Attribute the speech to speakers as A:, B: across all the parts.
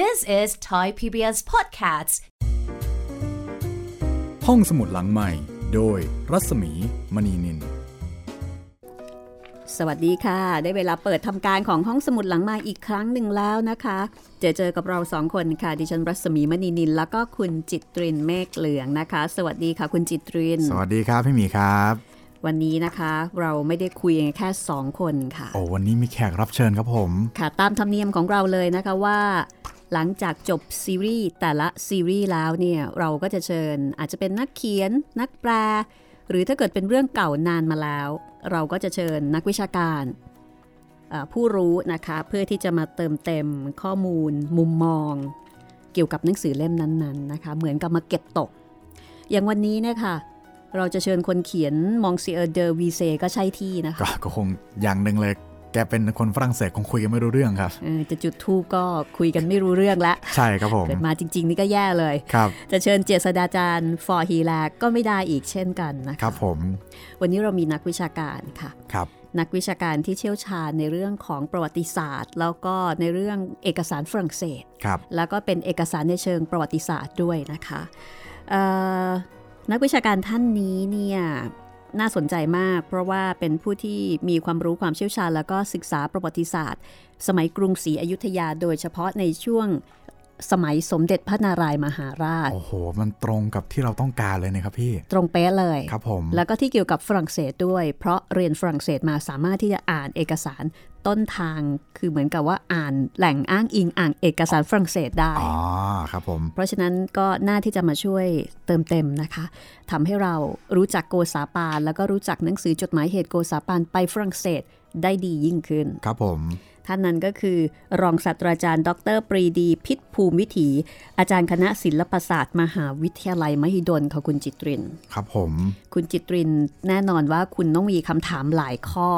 A: This is Thai PBS Podcasts.
B: ห้องสมุดหลังใหม่ โดยรัศมีมณีนิน
C: สวัสดีค่ะ ได้เวลาเปิดทำการของห้องสมุดหลังใหม่อีกครั้งหนึ่งแล้วนะคะ เจอเจอกับเราสองคนค่ะ ดิฉันรัศมีมณีนิน แล้วก็คุณจิตรินเมฆเหลืองนะคะ สวัสดีค่ะ คุณจิตริน
B: สวัสดีครับพี่หมีครับ
C: วันนี้นะคะ เราไม่ได้คุยกันแค่สองคนค่ะ
B: โอ้วันนี้มีแขกรับเชิญครับผม
C: ค่ะตามธรรมเนียมของเราเลยนะคะว่า หลังจากจบซีรีส์แต่ละซีรีส์แล้วเนี่ยเราก็จะเชิญอาจจะเป็นนักเขียน นักแปล หรือถ้าเกิดเป็นเรื่องเก่านานมาแล้ว เราก็จะเชิญนักวิชาการเอ่อผู้รู้นะคะเพื่อที่จะมาเติมเต็มข้อมูล มุมมอง เกี่ยวกับหนังสือเล่มนั้นๆนะคะ เหมือนกับมาเก็บตก อย่างวันนี้เนี่ยค่ะเราจะเชิญคนเขียนมองเซียเดอวีเซก็ใช่ที่นะคะ
B: ก็ก็คงอย่างหนึ่งเลย แกเป็นคนฝรั่งเศสคงคุยกันไม่รู้เรื่องครับ
C: เออจะจุดทูบก็คุยกันไม่รู้เรื่องละ
B: ใช่ครับผม
C: เกิดมาจริง ๆ นี่ก็แย่เลย
B: ครับ
C: จะเชิญเจษฎาจารย์ฟอร์ฮีแลกก็ไม่ได้อีกเช่นกันนะครับ
B: ผม
C: วันนี้เรามีนักวิชาการค่ะ
B: ครับ
C: นักวิชาการที่เชี่ยวชาญในเรื่องของประวัติศาสตร์ แล้วก็ในเรื่องเอกสารฝรั่งเศส
B: ครับ
C: แล้วก็เป็นเอกสารในเชิงประวัติศาสตร์ด้วยนะคะเอ่อนักวิชาการท่านนี้เนี่ยน่าสนใจมาก เพราะว่าเป็นผู้ที่มีความรู้ความเชี่ยวชาญ แล้วก็ศึกษาประวัติศาสตร์ สมัยกรุงศรีอยุธยาโดยเฉพาะในช่วงสมัยสมเด็จพระนารายมหาราช
B: โอ้โห มันตรงกับที่เราต้องการเลยนะครับพี่
C: ตรงเป๊ะเลย
B: ครับผม
C: แล้วก็ที่เกี่ยวกับฝรั่งเศสด้วย เพราะเรียนฝรั่งเศสมาสามารถที่จะอ่านเอกสารต้นทางคือเหมือนกับว่าอ่านแหล่งอ้างอิงอ่านเอกสารฝรั่งเศสได้
B: อ๋อ ครับผม
C: เพราะฉะนั้นก็น่าที่จะมาช่วยเติมเต็มนะคะทำให้เรารู้จักโกษาปานแล้วก็รู้จักหนังสือจดหมายเหตุโกษาปานไปฝรั่งเศสได้ดียิ่งขึ้น
B: ครับผม
C: ท่านนั้นก็คือ รองศาสตราจารย์ ดรปรีดี พิษภูมิวิถี อาจารย์คณะศิลปศาสตร์มหาวิทยาลัยมหิดลค่ะคุณจิตริน
B: ครับผม
C: คุณจิตรินแน่นอนว่าคุณต้องมีคำถามหลายข้อ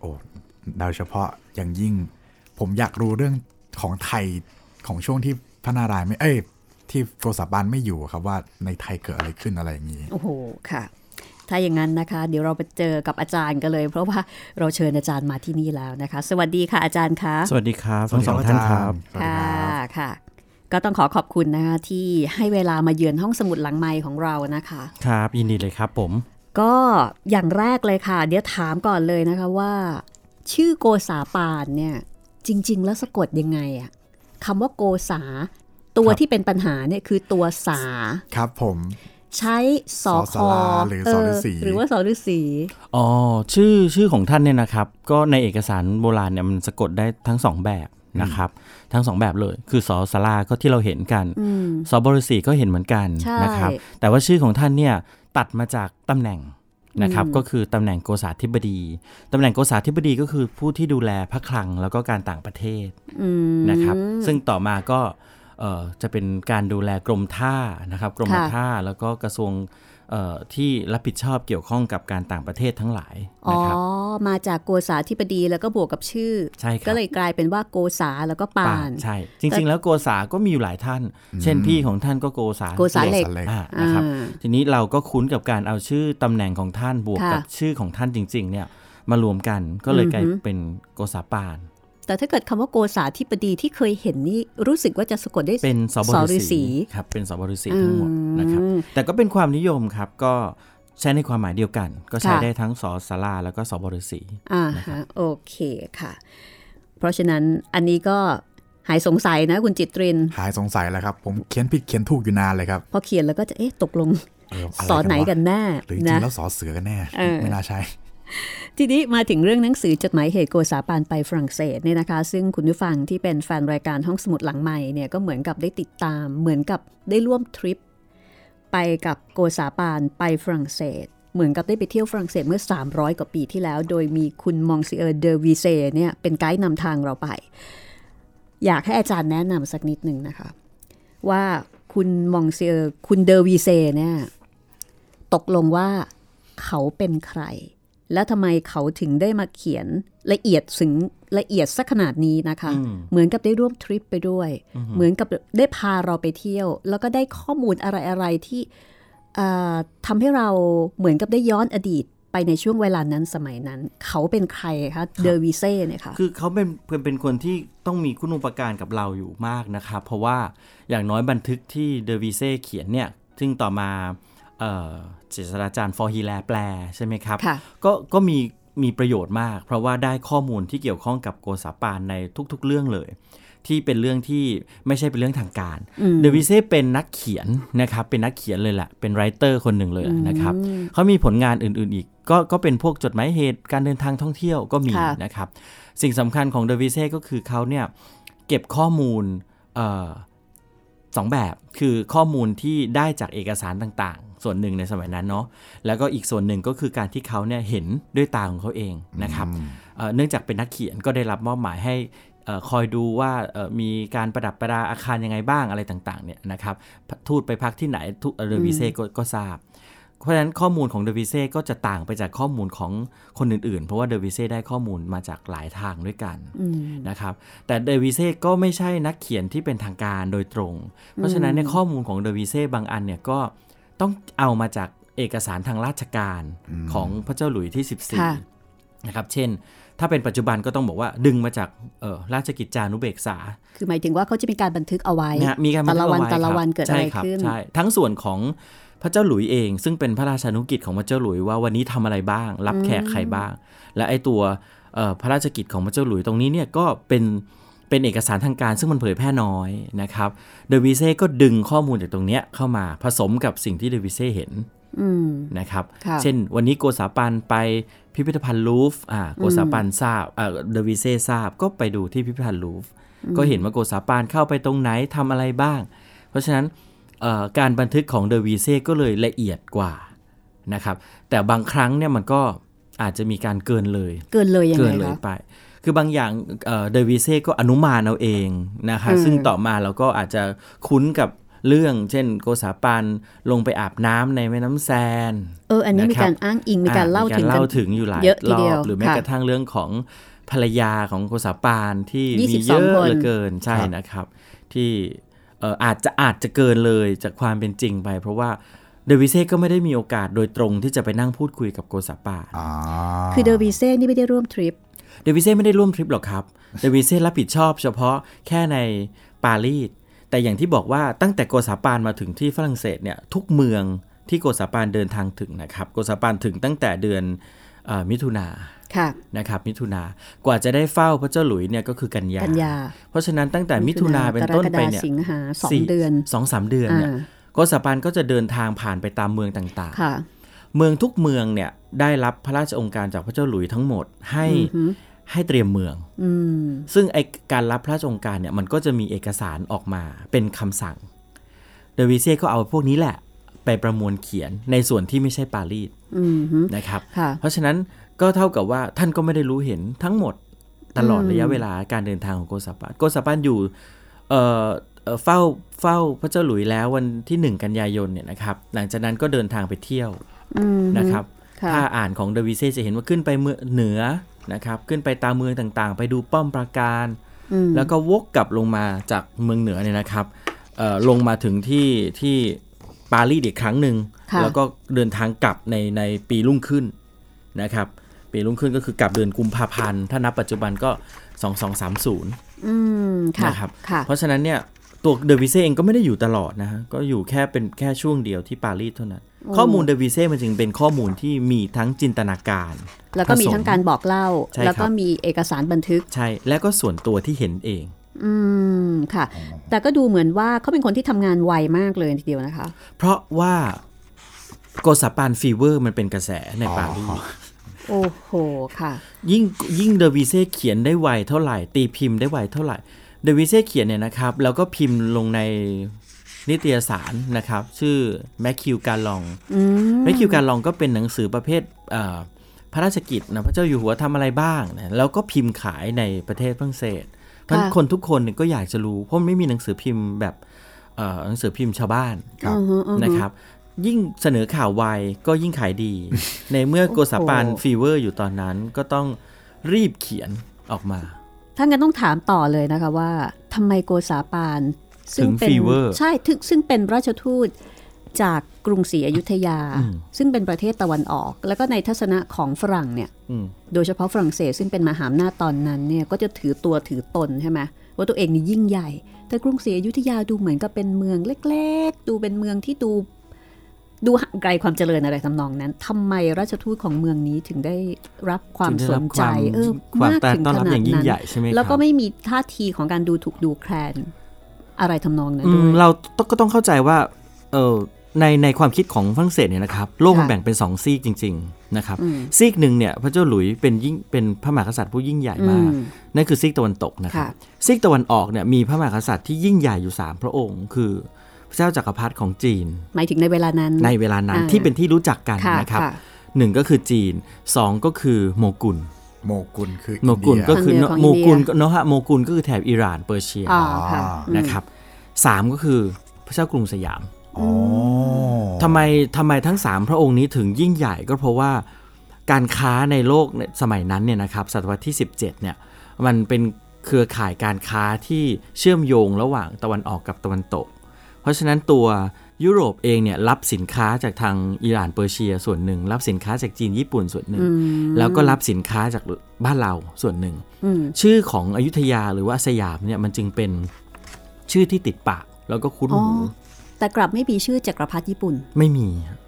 B: โอ้โดยเฉพาะอย่างยิ่ง ผมอยากรู้เรื่องของไทยของช่วงที่พระนารายณ์ไม่ เอ้ย ที่โกษาบานไม่อยู่ครับว่าในไทยเกิดอะไรขึ้นอะไรอย่างนี้
C: โอ้โห ค่ะ ถ้าอย่างนั้นนะคะ เดี๋ยวเราไปเจอกับอาจารย์กันเลย เพราะว่าเราเชิญอาจารย์มาที่นี่แล้วนะคะ สวัสดีค่ะอาจารย์คะ
D: สวัสดีครับทั้งสองท่านครับ
B: สวัสดีค
C: ค่ะ
B: รับ
C: ค่ะ ก็ต้องขอขอบคุณนะคะที่ให้เวลามาเยือนห้องสมุดหลังไมค์ของเรานะคะ
D: ครับยินดีเลยครับผม
C: ก็อย่างแรกเลยค่ะ เดี๋ยวถามก่อนเลยนะคะว่า ชื่อโกษาปานเนี่ยจริง ๆ แล้วสะกดยังไงอะคำว่าโกษา ตัว
B: ครับ
C: ที่เป็นปัญหาเนี่ยคือตัวสา
B: ครับผม
C: ใช้สอค
B: สอสาราหรือสอฤาษี
C: หรือว่าสอฤาษี
D: อ๋อ ชื่อชื่อของท่านเนี่ยนะครับ ก็ในเอกสารโบราณเนี่ยมันสะกดได้ทั้งสองแบบนะครับ ทั้งสองแบบเลย คือสอสาราก็ที่เราเห็นกัน
C: อืม
D: สอบริษีก็เห็นเหมือนกัน
C: ใช่
D: นะครับ แต่ว่าชื่อของท่านเนี่ยตัดมาจากตำแหน่งนะครับ
C: อืม
D: ก็คือตำแหน่งโกษาธิบดีตำแหน่งโกษาธิบดีก็คือผู้ที่ดูแลพระคลังแล้วก็การต่างประเทศ
C: อืม
D: นะครับซึ่งต่อมาก็เอ่อจะเป็นการดูแลกรมท่านะครับกรม
C: ค่ะ
D: ท่าแล้วก็กระทรวงเอ่อที่รับผิดชอบเกี่ยวข้องกับการต่างประเทศทั้งหลาย
C: อ๋
D: นะ
C: อ
D: ครับ
C: มาจากโกษาธิบดีแล้วก็บวกกับชื่อ
D: ใช่ครับ
C: ก็เลยกลายเป็นว่าโกษาแล้วก็ปาน
D: ใช่ จริง ๆ แล้วโกษาก็มีอยู่หลายท่าน เช่นพี่ของท่านก็โกษา
C: โกษาเหล็ก
B: เหล็ก
D: อ่านะครับ
C: อ่า
D: ทีนี้เราก็คุ้นกับการเอาชื่อตำแหน่งของท่านบวก
C: ค่ะ
D: กับชื่อของท่านจริง ๆ เนี่ยมารวมกันก็เลยกลายเป็นโกษาปาน
C: แต่ถ้าเกิดคำว่าโกษาธิบดีที่เคยเห็นนี่รู้สึกว่าจะสะกดด้วย
D: เป็นสบ
C: สฤ
D: ฤ
C: ษี
D: ษีครับเป็นสบฤษีทั้งหมดนะครับ
C: อืม
D: แต่ก็เป็นความนิยมครับก็ใช้ในความหมายเดียวกัน ก็ใช้
C: ค่ะ
D: ได้ทั้งสอสาราแล้วก็สบฤษี
C: อ่าฮะโอเคค่ะ เพราะฉะนั้นอันนี้ก็หายสงสัยนะคุณจิตริน
B: หายสงสัยแล้วครับ ผมเขียนผิดเขียนถูกอยู่นานเลยครับ
C: พอเขียนแล้วก็จะเอ๊ะตกลง
B: เอออะร
C: สอนไหนกัน
B: วะ
C: แน่
B: หรือจริ
C: นะ
B: งแล้วสอเสือกันแน่
C: เออ
B: ไม่น่าใช่
C: ทีนี้มาถึงเรื่องหนังสือจดหมายเหตุโกษาปานไปฝรั่งเศสเนี่ยนะคะ ซึ่งคุณผู้ฟังที่เป็นแฟนรายการห้องสมุดหลังใหม่เนี่ยก็เหมือนกับได้ติดตาม เหมือนกับได้ร่วมทริป ไปกับโกษาปานไปฝรั่งเศส เหมือนกับได้ไปเที่ยวฝรั่งเศสเมื่อ 300 กว่าปีที่แล้ว โดยมีคุณมองซิเออร์เดอวีเซเนี่ยเป็นไกด์นำทางเราไป อยากให้อาจารย์แนะนำสักนิดหนึ่งนะคะ ว่าคุณมองซิเออร์คุณเดอวีเซเนี่ยตกลงว่าเขาเป็นใคร แล้วทำไมเขาถึงได้มาเขียนละเอียดถึงละเอียดสักขนาดนี้นะคะ เหมือนกับได้ร่วมทริปไปด้วย เหมือนกับได้พาเราไปเที่ยว แล้วก็ได้ข้อมูลอะไรๆที่ เอ่อทำให้เราเหมือนกับได้ย้อนอดีต ไปในช่วงเวลานั้นสมัยนั้น เขาเป็นใครคะเดอวีเซ่เนี่ยค่ะ
D: คือเขาเป็นเป็นเป็นคนที่ต้องมีคุณูปการกับเราอยู่มากนะครับ เพราะว่าอย่างน้อยบันทึกที่เดอวีเซ่เขียนเนี่ย ซึ่งต่อมาเอ่อศาสตราจารย์ฟอร์ฮีแลแปลใช่ไหมครับ
C: ค่ะ
D: ก็ก็มีมีประโยชน์มาก เพราะว่าได้ข้อมูลที่เกี่ยวข้องกับโกษาปานในทุกๆเรื่องเลย ที่เป็นเรื่องที่ไม่ใช่เป็นเรื่องทางการ เดวิเซ่เป็นนักเขียนนะครับเป็นนักเขียนเลยแหละเป็นไรเตอร์คนหนึ่งเลยแหละนะครับเขามีผลงานอื่นๆอีก ก็ก็เป็นพวกจดหมายเหตุการเดินทางท่องเที่ยวก็มี
C: ค่ะ
D: นะครับ สิ่งสำคัญของเดวิเซ่ก็คือเขาเนี่ยเก็บข้อมูลเอ่อสองแบบคือข้อมูลที่ได้จากเอกสารต่างๆ ส่วนหนึ่งในสมัยนั้นเนาะแล้วก็อีกส่วนหนึ่งก็คือการที่เขาเนี่ยเห็นด้วยตาของเขาเองนะครับเอ่อเนื่องจากเป็นนักเขียนก็ได้รับมอบหมายให้เอ่อคอยดูว่าเอ่อมีการประดับประดาอาคารยังไงบ้างอะไรต่างๆเนี่ยนะครับทูตไปพักที่ไหนทูตเดวิเซ่ก็ก็ทราบ เพราะฉะนั้นข้อมูลของเดวิเซ่ก็จะต่างไปจากข้อมูลของคนอื่นๆ เพราะว่าเดวิเซ่ได้ข้อมูลมาจากหลายทางด้วยกันนะครับ แต่เดวิเซ่ก็ไม่ใช่นักเขียนที่เป็นทางการโดยตรง เพราะฉะนั้นเนี่ยข้อมูลของเดวิเซ่บางอันเนี่ยก็ต้องเอามาจากเอกสารทางราชการของพระเจ้าหลุยส์ที่
C: ค่ะ
D: 14 นะครับ เช่น ถ้าเป็นปัจจุบันก็ต้องบอกว่าดึงมาจากเอ่อราชกิจจานุเบกษา
C: คือหมายถึงว่าเขาจะมีการบันทึกเอาไว้
D: นะฮะมีการบั
C: แต่
D: นทึ
C: ละ
D: ก
C: วั
D: เอา
C: น
D: ไว้
C: แต่ละ
D: ครับ
C: วันเกิดอะ
D: ใช่
C: ไร
D: คบ
C: ขึ้น
D: ใช่ทั้งส่วนของพระเจ้าหลุยเอง ซึ่งเป็นพระราชานุกิจของพระเจ้าหลุยว่าวันนี้ทำอะไรบ้าง รับแขกใครบ้าง และไอตัวเอ่อพระราชกิจของพระเจ้าหลุยตรงนี้เนี่ยก็เป็นเป็นเอกสารทางการซึ่งมันเผยแพร่น้อยนะครับเดวิเซ่ก็ดึงข้อมูลจากตรงเนี้ยเข้ามาผสมกับสิ่งที่เดวิเซ่เห็น นะครับ
C: ค่ะ
D: เช่นวันนี้โกษาปันไปพิพิธภัณฑ์ลูฟอ่าโกษาปันทราบเอ่อเดวิเซ่ทราบก็ไปดูที่พิพิธภัณฑ์ลูฟ ก็เห็นว่าโกษาปานเข้าไปตรงไหนทำอะไรบ้าง เพราะฉะนั้นเอ่อการบันทึกของเดวิเซ่ก็เลยละเอียดกว่านะครับ แต่บางครั้งเนี่ยมันก็อาจจะมีการเกินเลย
C: เกินเลยยัง
D: เกิ
C: ไง
D: นเลย
C: คะ
D: ไป คือบางอย่างเดวิเซ่อ Daviese ก็อนุมานเอาเองนะคะ ซึ่งต่อมาเราก็อาจจะคุ้นกับเรื่อง เช่น โกษาปานลงไปอาบน้ำในแม่น้ำแซน
C: เออ อันนี้มี
D: นะครับ
C: การอ้างอิงมีการเล่าถึงกัน
D: อ่เล่าถึงอยู่หลาย
C: เยอะที
D: รอ
C: เดียว
D: บหรือแม้
C: ค่ะ
D: กระทั่งเรื่องของภรรยาของโกษาปานที่
C: ยี่สิ
D: มี
C: บส
D: เย
C: องค
D: อะ
C: น
D: เหลือเกินใช่นะครับ ที่เอ่ออาจจะอาจจะเกินเลยจากความเป็นจริงไป เพราะว่าเดวิเซ่ก็ไม่ได้มีโอกาสโดยตรงที่จะไปนั่งพูดคุยกับโกษาปาน
B: อ่า
C: คือเดอวีเซ่นี่ไม่ได้ร่วมทริป
D: เดวิเซ่ไม่ได้ร่วมทริปหรอกครับ เดวิเซ่รับผิดชอบเฉพาะแค่ในปารีส แต่อย่างที่บอกว่าตั้งแต่โกซาปานมาถึงที่ฝรั่งเศสเนี่ยทุกเมืองที่โกซาปานเดินทางถึงนะครับ โกซาปานถึงตั้งแต่เดือนเออมิถุนา
C: ค่ะ
D: นะครับ มิถุนากว่าจะได้เฝ้าพระเจ้าหลุยเนี่ยก็คือกันยา
C: กันยา
D: เพราะฉะนั้นตั้งแต่มิถุนาเป็นต้นไปเนี่ย
C: กรกฎาสิงหาสองเดือน
D: สองสามเดือนเนี่ย
C: อ่า
D: โกซาปานก็จะเดินทางผ่านไปตามเมืองต่างๆ
C: ค่ะ
D: เมืองทุกเมืองเนี่ยได้รับพระราชองค์การจากพระเจ้าหลุยทั้งหมดให้ให้เตรียมเมือง
C: อืม
D: ซึ่งไอการรับพระราชองค์การเนี่ยมันก็จะมีเอกสารออกมาเป็นคำสั่ง เดวิเซ่ก็เอาพวกนี้แหละ ไปประมวลเขียนในส่วนที่ไม่ใช่ปารีส
C: อืมฮึ
D: นะครับ
C: ค่ะ
D: เพราะฉะนั้นก็เท่ากับว่าท่านก็ไม่ได้รู้เห็นทั้งหมดตลอดระยะเวลาการเดินทางของโกซาปานโกซาปานอยู่เอ่อเอ่อเฝ้าเฝ้าพระเจ้าหลุยแล้ววันที่ 1 กันยายนเนี่ยนะครับหลังจากนั้นก็เดินทางไปเที่ยว
C: อืม
D: นะครับ
C: ค่ะ
D: ถ้าอ่านของเดวิเซจะเห็นว่าขึ้นไปเมืองเหนือนะครับ ขึ้นไปตามเมืองต่างๆ ไปดูป้อมปราการ
C: อืม
D: แล้วก็วกกลับลงมาจากเมืองเหนือเนี่ยนะครับเอ่อลงมาถึงที่ที่ปารีสอีกครั้งหนึ่ง
C: ค่ะ
D: แล้วก็เดินทางกลับในในปีรุ่งขึ้นนะครับ ปีรุ่งขึ้นก็คือกลับเดือนกุมภาพันธ์ ถ้านับปัจจุบันก็ 2230
C: อืม ค่ะ
D: นะครับ
C: ค่ะ
D: เพราะฉะนั้นเนี่ยตัวเดวิเซ่เองก็ไม่ได้อยู่ตลอดนะฮะก็อยู่แค่เป็นแค่ช่วงเดียวที่ปารีสเท่านั้น ข้อมูลเดวิเซ่มันจึงเป็นข้อมูลที่มีทั้งจินตนาการ
C: แล้วก็มีทั้งการบอกเล่า
D: ใช่ครับ
C: แล้วก็มีเอกสารบันทึก
D: ใช่และก็ส่วนตัวที่เห็นเอง
C: อืม ค่ะ แต่ก็ดูเหมือนว่าเขาเป็นคนที่ทำงานไวมากเลยทีเดียวนะคะ
D: เพราะว่าโกซาปานฟีเวอร์มันเป็นกระแสในปารีส
C: โอ้โห ค่ะ
D: ยิ่งยิ่งเดวิเซ่เขียนได้ไวเท่าไหร่ ตีพิมพ์ได้ไวเท่าไหร่เดวิเซ่เขียนเนี่ยนะครับ แล้วก็พิมพ์ลงในนิตยสารนะครับ ชื่อแมคคิวการลอง
C: อืม
D: แมคคิวการลองก็เป็นหนังสือประเภทเอ่อพระราชกิจนะพระเจ้าอยู่หัวทำอะไรบ้างนะแล้วก็พิมพ์ขายในประเทศฝรั่งเศสเพราะฉะนั้นคนทุกคนเนี่ยก็อยากจะรู้ เพราะมันไม่มีหนังสือพิมพ์แบบเอ่อหนังสือพิมพ์ชาวบ้าน
B: ครับ
D: นะครับ ยิ่งเสนอข่าวไวก็ยิ่งขายดี ในเมื่อโกษาปาน
C: โอ้โห
D: ฟีเวอร์อยู่ตอนนั้นก็ต้องรีบเขียนออกมา
C: ถ้างั้นต้องถามต่อเลยนะคะว่าทำไมโกษาปาน
D: ถึง
C: เป็น
D: fever
C: ใช่ถึงซึ่งเป็นราชทูต จากกรุงศรีอยุธยา ซึ่งเป็นประเทศตะวันออก แล้วก็ในทัศนะของฝรั่งเนี่ย
D: อืม
C: โดยเฉพาะฝรั่งเศสซึ่งเป็นมหาอำนาจตอนนั้นเนี่ยก็จะถือตัวถือตนใช่ไหมว่าตัวเองนี่ยิ่งใหญ่ แต่กรุงศรีอยุธยาดูเหมือนกับเป็นเมืองเล็กๆ ดูเป็นเมืองที่ดูดูห่างไกลความเจริญอะไรทำนองนั้นทำไมราชทูตของเมืองนี้ถึงได้รับความ
D: ถึง
C: ส
D: ได้รับ
C: นใจ
D: ความ
C: เออ
D: ความ
C: มากถึง
D: ต้อน
C: ข
D: รับ
C: นาด
D: อย่างยิ่ง
C: นั้น
D: ใหญ่ใช่ไหม
C: แล้วก็
D: ครับ
C: ไม่มีท่าทีของการดูถูกดูแคลนอะไรทำนองนั้น
D: อื
C: ด้
D: ม
C: วย
D: เราต้องก็ต้องเข้าใจว่าเออในในความคิดของฝรั่งเศสเนี่ยนะครับ โลกมัน
C: ค่ะ
D: แบ่งเป็นสองซีกจริง ๆนะครับ
C: อืม
D: ซีกหนึ่งเนี่ยพระเจ้าหลุยส์เป็นยิ่งเป็นพระมหากษัตริย์ผู้ยิ่งใหญ่
C: อื
D: มาก
C: ม
D: นั่นคือซีกตะวันตกนะครับ
C: ค่ะ
D: ซีกตะวันออกเนี่ยมีพระมหากษัตริย์ที่ยิ่งใหญ่อยู่ 3 พระองค์ คือพระเจ้าจักรพรรดิของจีน
C: หมายถึงในเวลานั้น
D: ในเวลานั้น
C: อ่า
D: ที่เป็นที่รู้จักกันนะครับหนึ่งก็คือจีนสองก็คือโมกุล
B: โมกุลคือ
D: โมกุลก็
B: อินเดีย
D: คือ
C: ทางเหนือของ
D: โมกุล
C: อินเดีย
D: เนาะฮะโมกุลก็คือแถบอิหร่านเปอร์เซีย
C: อ๋อค่ะอืม
D: นะครับสามก็คือพระเจ้ากรุงสยาม
B: อ๋อ
D: ทำไมทำไมทั้ง 3 พระองค์นี้ถึงยิ่งใหญ่ก็เพราะว่าการค้าในโลกเนี่ยสมัยนั้นเนี่ยนะครับศตวรรษที่ 17เนี่ยมันเป็นเครือข่ายการค้าที่เชื่อมโยงระหว่างตะวันออกกับตะวันตก เพราะฉะนั้นตัวยุโรปเองเนี่ยรับสินค้าจากทางอิหร่านเปอร์เซียส่วนหนึ่ง รับสินค้าจากจีนญี่ปุ่นส่วนหนึ่ง แล้วก็รับสินค้าจากบ้านเราส่วนหนึ่ง
C: อืม
D: ชื่อของอยุธยาหรือว่าสยามเนี่ยมันจึงเป็นชื่อที่ติดปากแล้วก็คุ้น
C: อ๋อ
D: หู
C: แต่กลับไม่มีชื่อจักรพรรดิญี่ปุ่น
D: ไม่มีฮะ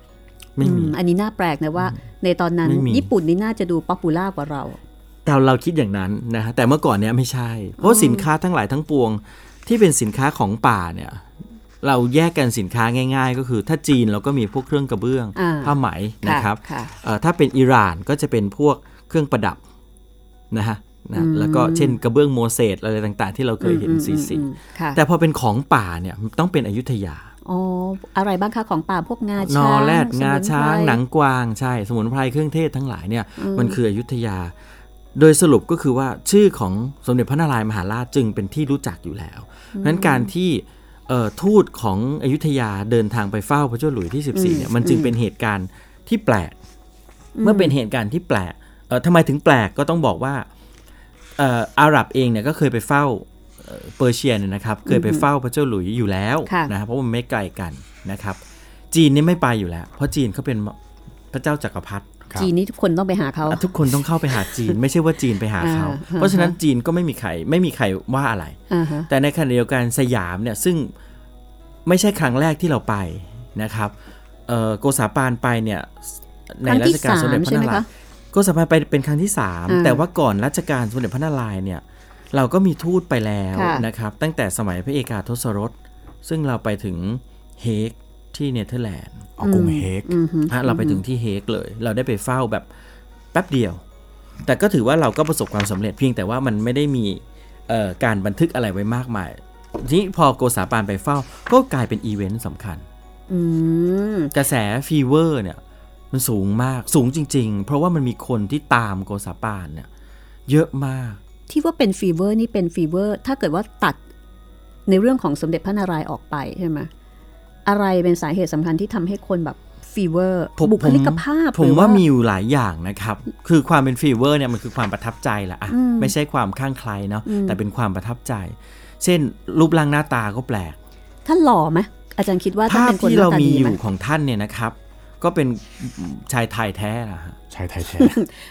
D: ไม่มี
C: อืมอันนี้น่าแปลกนะว่า ในตอนนั้น
D: ไม่มี
C: ญี่ปุ่นนี่น่าจะดูป๊อปปูล่ากว่าเรา
D: แต่เราคิดอย่างนั้นนะฮะแต่เมื่อก่อนเนี้ยไม่ใช่ เพราะสินค้าทั้งหลายทั้งปวงที่เป็นสินค้าของป่าเนี่ยเราแยกกันสินค้าง่าย ๆ ก็คือถ้าจีนเราก็มีพวกเครื่องกระเบื้อง
C: อ่า
D: ผ้าไหมนะครับ
C: ค่ะ
D: เอ่อถ้าเป็นอิหร่านก็จะเป็นพวกเครื่องประดับนะฮะ
C: อื
D: นะ
C: ม
D: แล้วก็เช่นกระเบื้องโมเสสอะไรต่างๆ ที่เราเคยเห็นสีสี
C: อืมอืมค่ะ
D: แต่พอเป็นของป่าเนี่ยมันต้องเป็นอยุธยา
C: อ๋ออะไรบ้างคะของป่าพวกงาน ช้าง
D: อแรดงาช้า
C: ส
D: ง
C: มุนไพร
D: หนังกวางใช่สมุนไพรเครื่องเทศทั้งหลายเนี่ย
C: อืม
D: มันคืออยุธยา โดยสรุปก็คือว่าชื่อของสมเด็จพระนารายณ์มหาราชจึงเป็นที่รู้จักอยู่แล้วเพราะฉะนั้นการที่เอ่อทูตของอยุธยาเดินทางไปเฝ้าพระเจ้าหลุยส์ที่ 14เนี่ยมันจึงเป็นเหตุการณ์ที่แปลก เมื่อเป็นเหตุการณ์ที่แปลกเอ่อทำไมถึงแปลกก็ต้องบอกว่าเอ่ออาหรับเองเนี่ยก็เคยไปเฝ้าเอ่อเปอร์เซียเนี่ยนะครับเคยไปเฝ้าพระเจ้าหลุยส์อยู่แล้ว
C: ค่ะ
D: นะครับเพราะมันไม่ไกลกันนะครับ จีนนี่ไม่ไปอยู่แล้ว เพราะจีนเขาเป็นพระเจ้าจักรพรรดิ
B: ครับ
C: จีนนี่ทุกคนต้องไปหาเขา
D: อ่ะทุกคนต้องเข้าไปหาจีน ไม่ใช่ว่าจีนไปหาเขา
C: อ่าฮะ
D: เพราะฉะนั้นจีนก็ไม่มีใครไม่มีใครว่าอะไร
C: อ่าฮะ
D: แต่ในขณะเดียวกันสยามเนี่ยซึ่งไม่ใช่ครั้งแรกที่เราไปนะครับเอ่อโกษาปานไปเนี่ยใน
C: ครั้ง
D: รั
C: ที่
D: ชกาลสมเด็จพ
C: สาม
D: ระ
C: ใช่ไห
D: นาม ราย
C: คะ
D: ณ์โกษาปานไปเป็นครั้งที่สาม
C: อ่า
D: แต่ว่าก่อนรัชกาลสมเด็จพระนารายณ์เนี่ยเราก็มีทูตไปแล้ว
C: ค่ะ
D: นะครับตั้งแต่สมัยพระเอกาทศรส ซึ่งเราไปถึงเฮกที่เนเธอร์แลนด์
B: เอากรุงเฮก
C: อือฮึ
D: ฮะเราไปถึงที่เฮกเลย เราได้ไปเฝ้าแบบแป๊บเดียว แต่ก็ถือว่าเราก็ประสบความสำเร็จเพียงแต่ว่ามันไม่ได้มีเอ่อการบันทึกอะไรไว้มากมายทีนี้พอโกษาปานไปเฝ้า ก็กลายเป็นอีเวนต์สำคัญ
C: อืม
D: กระแสฟีเวอร์เนี่ยมันสูงมากสูงจริง ๆ เพราะว่ามันมีคนที่ตามโกษาปานเนี่ยเยอะมาก
C: ที่ว่าเป็นฟีเวอร์นี่เป็นฟีเวอร์ ถ้าเกิดว่าตัดในเรื่องของสมเด็จพระนารายณ์ออกไปใช่ไหมอะไรเป็นสาเหตุสำคัญที่ทำให้คนแบบฟีเวอร์
D: ผม
C: บุคลิกภาพ
D: ผม
C: หรือ
D: ว่ามีอยู่หลายอย่างนะครับ คือความเป็นฟีเวอร์เนี่ยมันคือความประทับใจแหละอะไม่ใช่ความข้างใครเนาะแต่เป็นความประทับใจ เช่น รูปร่างหน้าตาก็แปลก
C: ท่านหล่อไหมอาจารย์คิดว่าถ้า
D: ภาพ
C: เป็นคน
D: ที่
C: หน้า
D: เรา
C: ตา
D: มี
C: ดี
D: อ
C: ไหม
D: ยู่ของท่านเนี่ยนะครับ ก็เป็นชายไทยแท้ละฮะ
B: ชายไทยแท้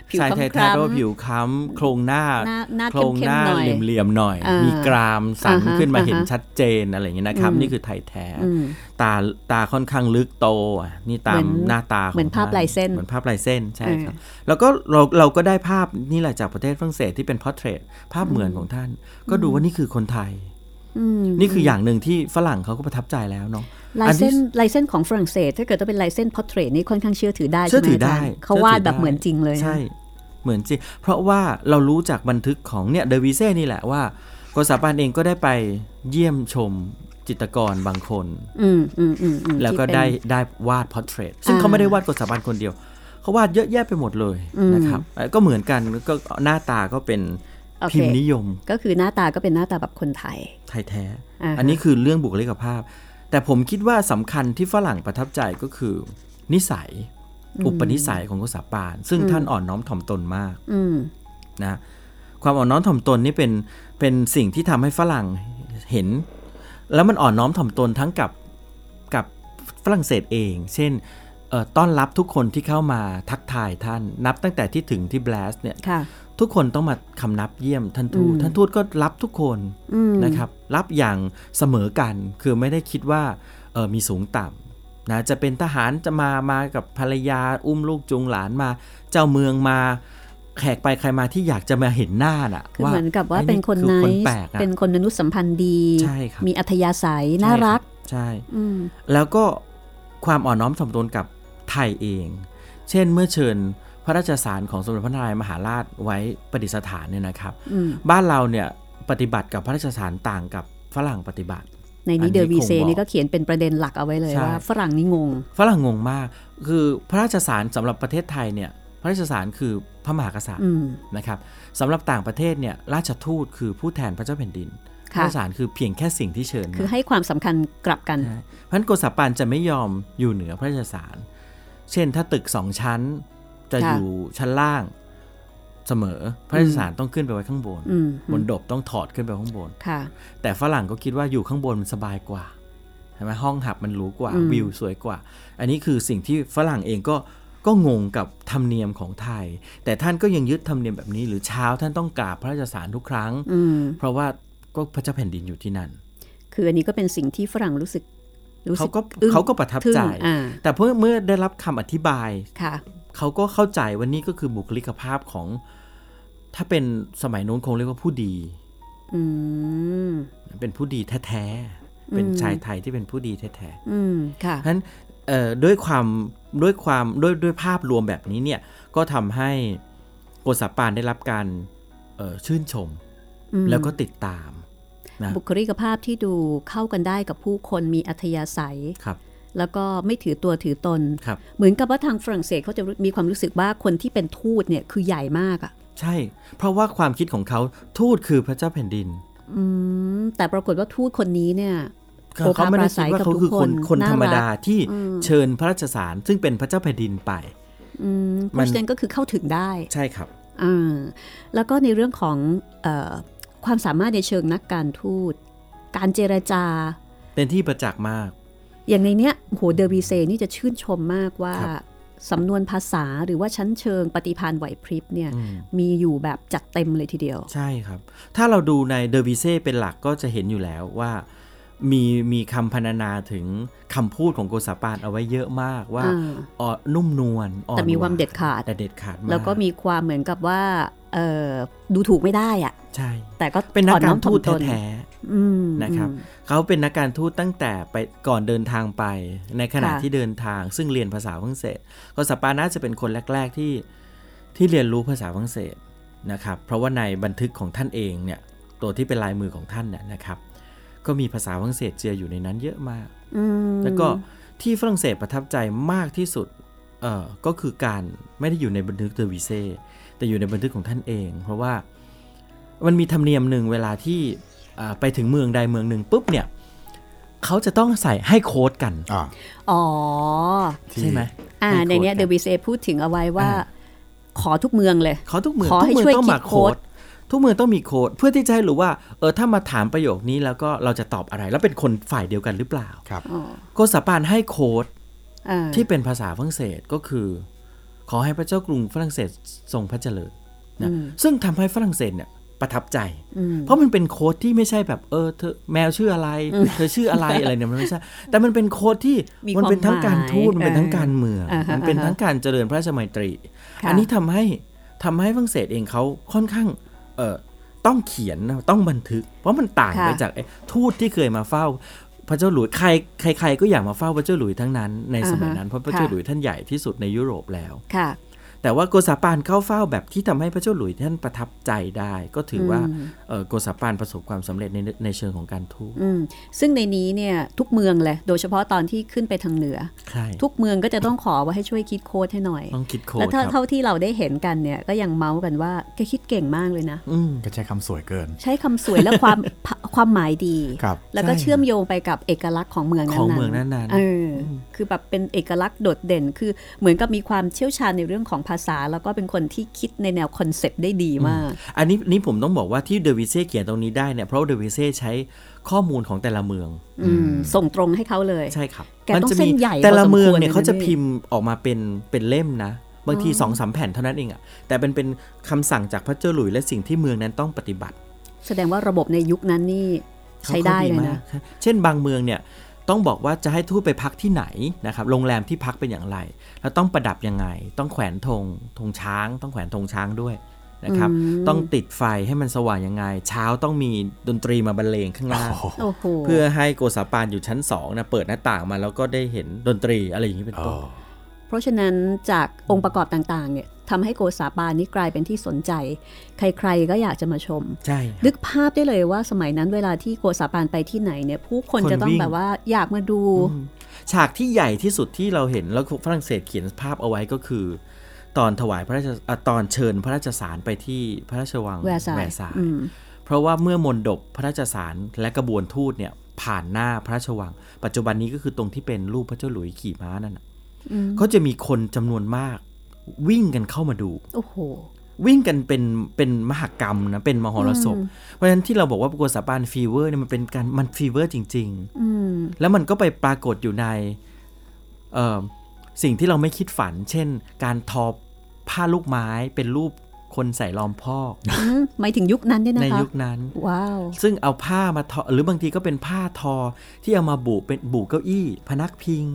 C: ผิว
D: ชายไทย
C: ค
D: แท้
C: ล้ำ
D: เพราะว่า
C: ๆ
D: ผิวค้ำโครงหน้า
C: หน้าหน้า
D: โครงหน้า
C: เข้มๆหน่อย
D: เหลี่ยมๆหน่อย
C: อ่ามี
D: มีกรามสัน
C: อ่าฮะ
D: ขึ้นมาเห็น
C: อ่าฮะ
D: ชัดเจนอะไรอย่างเงี้ยนะครับ นี่คือไทยแท้
C: อืม
D: ตาตาค่อนข้างลึกโตอ่ะนี่ตาม
C: เหมือน
D: หน้าตาของ
C: เหมือนภาพ
D: ท่
C: ลายเส้น
D: เหมือนภาพลายเส้นใช่
C: เออ
D: ครับ แล้วก็เราเราก็ได้ภาพนี่แหละจากประเทศฝรั่งเศสที่เป็นพอร์เทรตภาพเหมือนของท่าน ก็ดูว่านี่คือคนไทย
C: อืม
D: นี่คืออย่างหนึ่งที่ฝรั่งเขาก็ประทับใจแล้วเนาะ
C: ลาย
D: อั
C: เส้
D: ที่
C: นลายเส้นของฝรั่งเศส ถ้าเกิดต้องเป็นลายเส้นพอร์เทรตนี่ค่อนข้างเชื่อถือได้
D: เชื่อถือ
C: ใช่
D: ได้
C: ไหมจรย์เขาวาดแบบเหมือนจริงเลยนะ
D: ใช่ เหมือนจริง เพราะว่าเรารู้จากบันทึกของเนี่ยเดวิเซ่นี่แหละว่าโกษาปานเองก็ได้ไปเยี่ยมชมจิตรกรบางคน
C: อืมอืมอืมอืม
D: แล้วก็
C: ที่เป็น
D: ได้ได้วาดพอร์เทรตซึ่งเขาไม่ได้วาดโกษาปานคนเดียว เขาวาดเยอะแยะไปหมดเลยนะครับเอ่อก็เหมือนกันก็หน้าตาก็เป็น
C: โอเค
D: พิมพ์นิยม
C: ก็คือหน้าตาก็เป็นหน้าตาแบบคนไทย
D: ไทยแท้
C: อ่าฮะ
D: อันนี้คือเรื่องบุคลิกภาพ แต่ผมคิดว่าสำคัญที่ฝรั่งประทับใจก็คือ นิสัย อุปนิสัยของโกษาปาน ซึ่งท่านอ่อนน้อมถ่อมตนมาก
C: อืม
D: นะความอ่อนน้อมถ่อมตนนี่เป็นเป็นสิ่งที่ทำให้ฝรั่งเห็น แล้วมันอ่อนน้อมถ่อมตนทั้งกับกับ ฝรั่งเศสเอง เช่นเอ่อต้อนรับทุกคนที่เข้ามาทักทายท่าน นับตั้งแต่ที่ถึงที่แบลสเนี่ย
C: ค่ะ
D: ทุกคนต้องมาคำนับเยี่ยมท่านทูต
C: อืม
D: ท่านทูตก็รับทุกคน
C: อืม
D: นะครับ รับอย่างเสมอกัน คือไม่ได้คิดว่าเอ่อมีสูงต่ำนะจะเป็นทหารจะมามากับภรรยาอุ้มลูกจูงหลานมา เจ้าเมืองมาแขกไปใครมาที่อยากจะมาเห็นหน้าน่ะ
C: คือเหมือนกับว่า
D: ไอ้
C: เป็นคน
D: อ
C: ไน
D: คน
C: ซ์
D: แปลกอะ
C: เป็นคนมนุษยสัมพันธ์ดี
D: ใช่ครับ
C: มีอัธยาศัยน่ารัก
D: ใช่
C: อืม
D: แล้วก็ความอ่อนน้อมถ่อมตนกับไทยเอง เช่นเมื่อเชิญพระราชสารของสมเด็จพระนารายณ์มหาราชไว้ประดิษฐานเนี่ยนะครับ
C: อืม
D: บ้านเราเนี่ยปฏิบัติกับพระราชสารต่างกับฝรั่งปฏิบัติ
C: ใน
D: อั
C: นี้
D: นนี้
C: เดอวีเซ
D: คงบอก
C: นี่ก็เขียนเป็นประเด็นหลักเอาไว้เลย
D: ใช่
C: ว่าฝรั่งนี่งง
D: ฝรั่งงงมาก คือพระราชสารสำหรับประเทศไทยเนี่ยพระราชสารคือพระมหากษัตริย์
C: อืม
D: นะครับสำหรับต่างประเทศเนี่ยราชทูตคือผู้แทนพระเจ้าแผ่นดินพ
C: ค่ะ
D: ระราชสารคือเพียงแค่สิ่งที่เชิญมา
C: คือให้ความสำคัญกลับกัน
D: ใช่เพราะฉะนั้นโกษปานจะไม่ยอมอยู่เหนือพระราชสาร เช่นถ้าตึกสองชั้นจะ
C: ค่ะ
D: อยู่ชั้นล่างเสมอ พระราชสารต้องขึ้นไปไว้ข้างบน
C: อืม
D: บนดบต้องถอดขึ้นไปข้างบน
C: ค่ะ
D: แต่ฝรั่งก็คิดว่าอยู่ข้างบนมันสบายกว่าใช่ไหมห้องหับมันหรูกว่า
C: อืม
D: วิวสวยกว่า อันนี้คือสิ่งที่ฝรั่งเองก็ก็งงกับธรรมเนียมของไทย แต่ท่านก็ยังยึดธรรมเนียมแบบนี้ หรือเช้าท่านต้องกราบพระราชสารทุกครั้ง
C: อืม
D: เพราะว่าก็พระเจ้าแผ่นดินอยู่ที่นั่น
C: คืออันนี้ก็เป็นสิ่งที่ฝรั่งรู้สึกรู้สึ
D: เขา
C: ก
D: ก็
C: อึ้ง
D: เขาก็ประทับ
C: ทึ่ง
D: ใจ
C: อ่า
D: แต่เพื่อเมื่อได้รับคำอธิบาย
C: ค่ะ
D: เขาก็เข้าใจว่านี่ก็คือบุคลิกภาพของ ถ้าเป็นสมัยโน้นคงเรียกว่าผู้ดี
C: อืม
D: เป็นผู้ดีแท้ๆ เป็นชายไทยที่เป็นผู้ดีแท้ๆ
C: อืม ค่ะ
D: เพราะฉะนั้นเอ่อด้วยความด้วยความด้วยด้วยภาพรวมแบบนี้เนี่ยก็ทำให้โกษปานได้รับการเอ่อชื่นชม
C: อืม
D: แล้วก็ติดตามนะ
C: บุคลิกภาพที่ดูเข้ากันได้กับผู้คนมีอัธยาศัย
D: ครับ
C: แล้วก็ไม่ถือตัวถือตน
D: ครับ
C: เหมือนกับว่าทางฝรั่งเศสเขาจะรู้มีความรู้สึกว่าคนที่เป็นทูตเนี่ยคือใหญ่มากอะ่ะ
D: ใช่ เพราะว่าความคิดของเขาทูตคือพระเจ้าแผ่นดิน
C: อืมแต่ปรากฏว่าทูตคนนี้เนี่ย
D: เขาเขาไม่ได้คิดว่าเขาคือคน
C: โอภาปราศัยกับทุกคน
D: คนธรรมดา
C: น่ารัก
D: ที่เชิญพระราชสาร ซึ่งเป็นพระเจ้าแผ่นดินไป
C: อืมเพ
D: มั
C: ราะ
D: น
C: ฉะนั้นก็คือเข้าถึงได้
D: ใช่ครับ
C: อ่าแล้วก็ในเรื่องของเออความสามารถในเชิงนักการทูต การเจรจา
D: เป็นที่ประจักษ์มาก
C: อย่างในเนี้ยโหเดอร์วีเซนี่จะชื่นชมมากว่า
D: ครับ
C: สำนวนภาษาหรือว่าชั้นเชิงปฏิพานไหวพริบเนี่ยมีอยู่แบบจัดเต็มเลยทีเดียว
D: ใช่ครับ ถ้าเราดูในเดอร์บีเซ่เป็นหลักก็จะเห็นอยู่แล้วว่า มีมีคำพรรณนาถึงคำพูดของโกษาปานเอาไว้เยอะมากว่า
C: อ่า
D: อ่อนนุ่มนวลอ่อน
C: แต่มีความ
D: หน
C: เด็ดขาด
D: แต่เด็ดขาดมาก
C: แล้วก็มีความเหมือนกับว่าเอ่อดูถูกไม่ได้อะ
D: ใช่
C: แต่ก็
D: เป็นนัก
C: อ่อ
D: การ
C: อม
D: ทูต
C: ถ่อมน
D: แท้ๆ
C: อืม
D: นะครับ
C: อืม
D: เขาเป็นนักการทูตตั้งแต่ไปก่อนเดินทางไป ในขณะ
C: ค่ะ
D: ที่เดินทาง ซึ่งเรียนภาษาฝรั่งเศสก็สปาน่าจะเป็นคนแรก ๆที่ที่เรียนรู้ภาษาฝรั่งเศสนะครับเพราะว่าในบันทึกของท่านเองเนี่ยตัวที่เป็นลายมือของท่านเนี่ยนะครับ ก็มีภาษาฝรั่งเศสเจืออยู่ในนั้นเยอะมาก
C: อืม
D: แล้วก็ที่ฝรั่งเศสประทับใจมากที่สุดเอ่อก็คือการไม่ได้อยู่ในบันทึกเดอวิเซ่แต่อยู่ในบันทึกของท่านเอง เพราะว่ามันมีธรรมเนียมหนึ่งเวลาที่อ่าไปถึงเมืองใดเมืองหนึ่งปุ๊บเนี่ยเขาจะต้องใส่ให้โค้ดกัน
B: อ่า
C: อ๋อ
B: ที่
D: ใช่ไหม
C: อ่า
D: ห้โค้
C: ในเนี้ยเดอ
D: กั
C: ร์วีเซพูดถึงเอาไว้ว่า
D: อ่า
C: ขอทุกเมืองเลย
D: เขาทุกเมือง
C: ขอ
D: ทุก
C: ให้
D: เมือง
C: ช่วย
D: ต้อง
C: คิด
D: มาโค้
C: โค้
D: ด
C: ด
D: ทุกเมืองต้องมีโค้ดเพื่อที่จะให้รู้ว่าเออถ้ามาถามประโยคนี้แล้วก็เราจะตอบอะไร แล้วเป็นคนฝ่ายเดียวกันหรือเปล่า
B: ครับ
C: อ๋อ
D: โกสปานให้โค้ด
C: อ่า
D: ที่เป็นภาษาฝรั่งเศสก็คือ ขอให้พระเจ้ากรุงฝรั่งเศสทรงพระเจริญนะซึ่งทำให้ฝรั่งเศสเนี่ยประทับใจ เพราะมันเป็นโค้ดที่ไม่ใช่แบบเออเธอแมวชื่ออะไร เธอชื่ออะไรอะไรเนี่ยมันไม่ใช่ แต่มันเป็นโค้ดที่มันเป็นทั้งการทูตมันเป็นทั้งการเมือง มันเป็นทั้งการเจริญพระราชมัยตรี
C: ค่ะ
D: อันนี้ทำให้ทำให้ฝรั่งเศสเองเขาค่อนข้างเออต้องเขียนนะต้องบันทึก เพราะมันต่างไป
C: ค่ะ
D: จากไอ้ทูตที่เคยมาเฝ้า พระเจ้าหลุยใครใคร ๆ ก็อยากมาเฝ้าพระเจ้าหลุยทั้งนั้นในสมัย
C: อ่าฮะ
D: นั้นเพราะพระเจ้า
C: ค่ะ
D: หลุยท่านใหญ่ที่สุดในยุโรปแล้ว
C: ค่ะ
D: แต่ว่าโกซาปานเข้าเฝ้าแบบที่ทำให้พระเจ้าหลุยท่านประทับใจได้ ก็ถือว่าเอ่อโกซาปานประสบความสำเร็จในในเชิงของการทูต
C: อืมซึ่งในนี้เนี่ยทุกเมืองเลย โดยเฉพาะตอนที่ขึ้นไปทางเหนือ
D: ใช่
C: ทุกเมืองก็จะต้องขอว่าให้ช่วยคิดโค้ดให้หน่อย
D: ต้องคิดโค้
C: และ
D: ดค
C: ถ้า
D: รับ
C: เท่าที่เราได้เห็นกันเนี่ยก็ยังเมาส์กันว่าแกคิดเก่งมากเลยนะ
D: อืม
B: ก็ใช้คำสวยเกิน
C: ใช้คำสวยและความ พะความหมายดี
B: ครับ
C: แล้วก็
D: ใช่
C: เชื่อมโยงไปกับเอกลักษณ์ของเมืองนั้นๆ
D: ของเมืองนั้นๆ
C: เอออคือแบบเป็นเอกลักษณ์โดดเด่น คือเหมือนกับมีความเชี่ยวชาญในเรื่องของภา าษา แล้วก็เป็นคนที่คิดในแนวคอนเซปต์ได้ดีมาก
D: อันนี้นี่ผมต้องบอกว่าที่เดวิเซ่เขียนตรงนี้ได้เนี่ยเพราะเดวิเซ่ใช้ข้อมูลของแต่ละเมือง
C: อืมส่งตรงให้เขาเลย
D: ใช่ครับ
C: แกต้อง
D: จะ
C: เส้นใหญ่
D: แต่ละ
C: พอสมควร
D: เมืองเนี่ย
C: เลยนะ
D: เขาจะ
C: พี่
D: พิมพ์ออกมาเป็นเป็นเล่มนะ บางทีสองสามแผ่นเท่านั้นเองอะแต่เป็นเป็นคำสั่งจากพระเจ้าหลุยส์และสิ่งที่เมืองนั้นต้องปฏิบัติ
C: แสดงว่าระบบในยุคนั้นนี่ใช้ได้เลยนะ
D: ขาก็มากเช่นบางเมืองเนี่ยต้องบอกว่าจะให้ทูตไปพักที่ไหนนะครับโรงแรมที่พักเป็นอย่างไร แล้วต้องประดับยังไง ต้องแขวนธงธงช้าง ต้องแขวนธงช้างด้วยนะครับ ต้องติดไฟให้มันสว่างยังไง เช้าต้องมีดนตรีมาบรรเลงข้างล่าง
C: โอ้โห
D: เพื่อให้โกษาปานอยู่ชั้นสองนะเปิดหน้าต่างมาแล้วก็ได้เห็นดนตรีอะไรอย่างนี้เป็นต้น
C: เพราะฉะนั้นจากองค์ประกอบต่างๆเนี่ยทำให้โกษาปานนี่กลายเป็นที่สนใจ ใครๆก็อยากจะมาชม
D: ใช่ครับ
C: นึกภาพได้เลยว่าสมัยนั้นเวลาที่โกษาปานไปที่ไหนเนี่ย ผู้คน
D: คน
C: จะต้อ
D: วิ่
C: ง
D: ง
C: แบบว่าอยากมาดู
D: ฉากที่ใหญ่ที่สุดที่เราเห็นแล้วฝรั่งเศสเขียนภาพเอาไว้ก็คือ ตอนถวายพระราชอ่ะตอนเชิญพระราชสารไปที่พระราชวัง
C: แวร์ซาย
D: ร์ซาย
C: อืม
D: เพราะว่าเมื่อมนดบพระราชสารและกระบวนทูตเนี่ยผ่านหน้าพระราชวัง ปัจจุบันนี้ก็คือตรงที่เป็นรูปพระเจ้าหลุยส์ขี่ม้านั่นนะก็จะมีคนจำนวนมาก วิ่งกันเข้ามาดู
C: โอ้โห
D: วิ่งกันเป็นเป็นมหกรรมนะเป็นมหรสพ เพราะฉะนั้นที่เราบอกว่าประกวดสาปานฟีเวอร์เนี่ยมันเป็นการมันฟีเวอร์จริง ๆ แล้วมันก็ไปปรากฏอยู่ในเอ่อสิ่งที่เราไม่คิดฝัน เช่น การทอผ้าลูกไม้เป็นรูปคนใส่ล้อมพอก
C: อืมหมายถึงยุคนั้นเนี่ย
D: ใน
C: นะคะ
D: ยุคนั้น
C: ว้าว
D: ซึ่งเอาผ้ามาทอหรือบางทีก็เป็นผ้าทอที่เอามาบุเป็นบุเก้าอี้ พนักพิง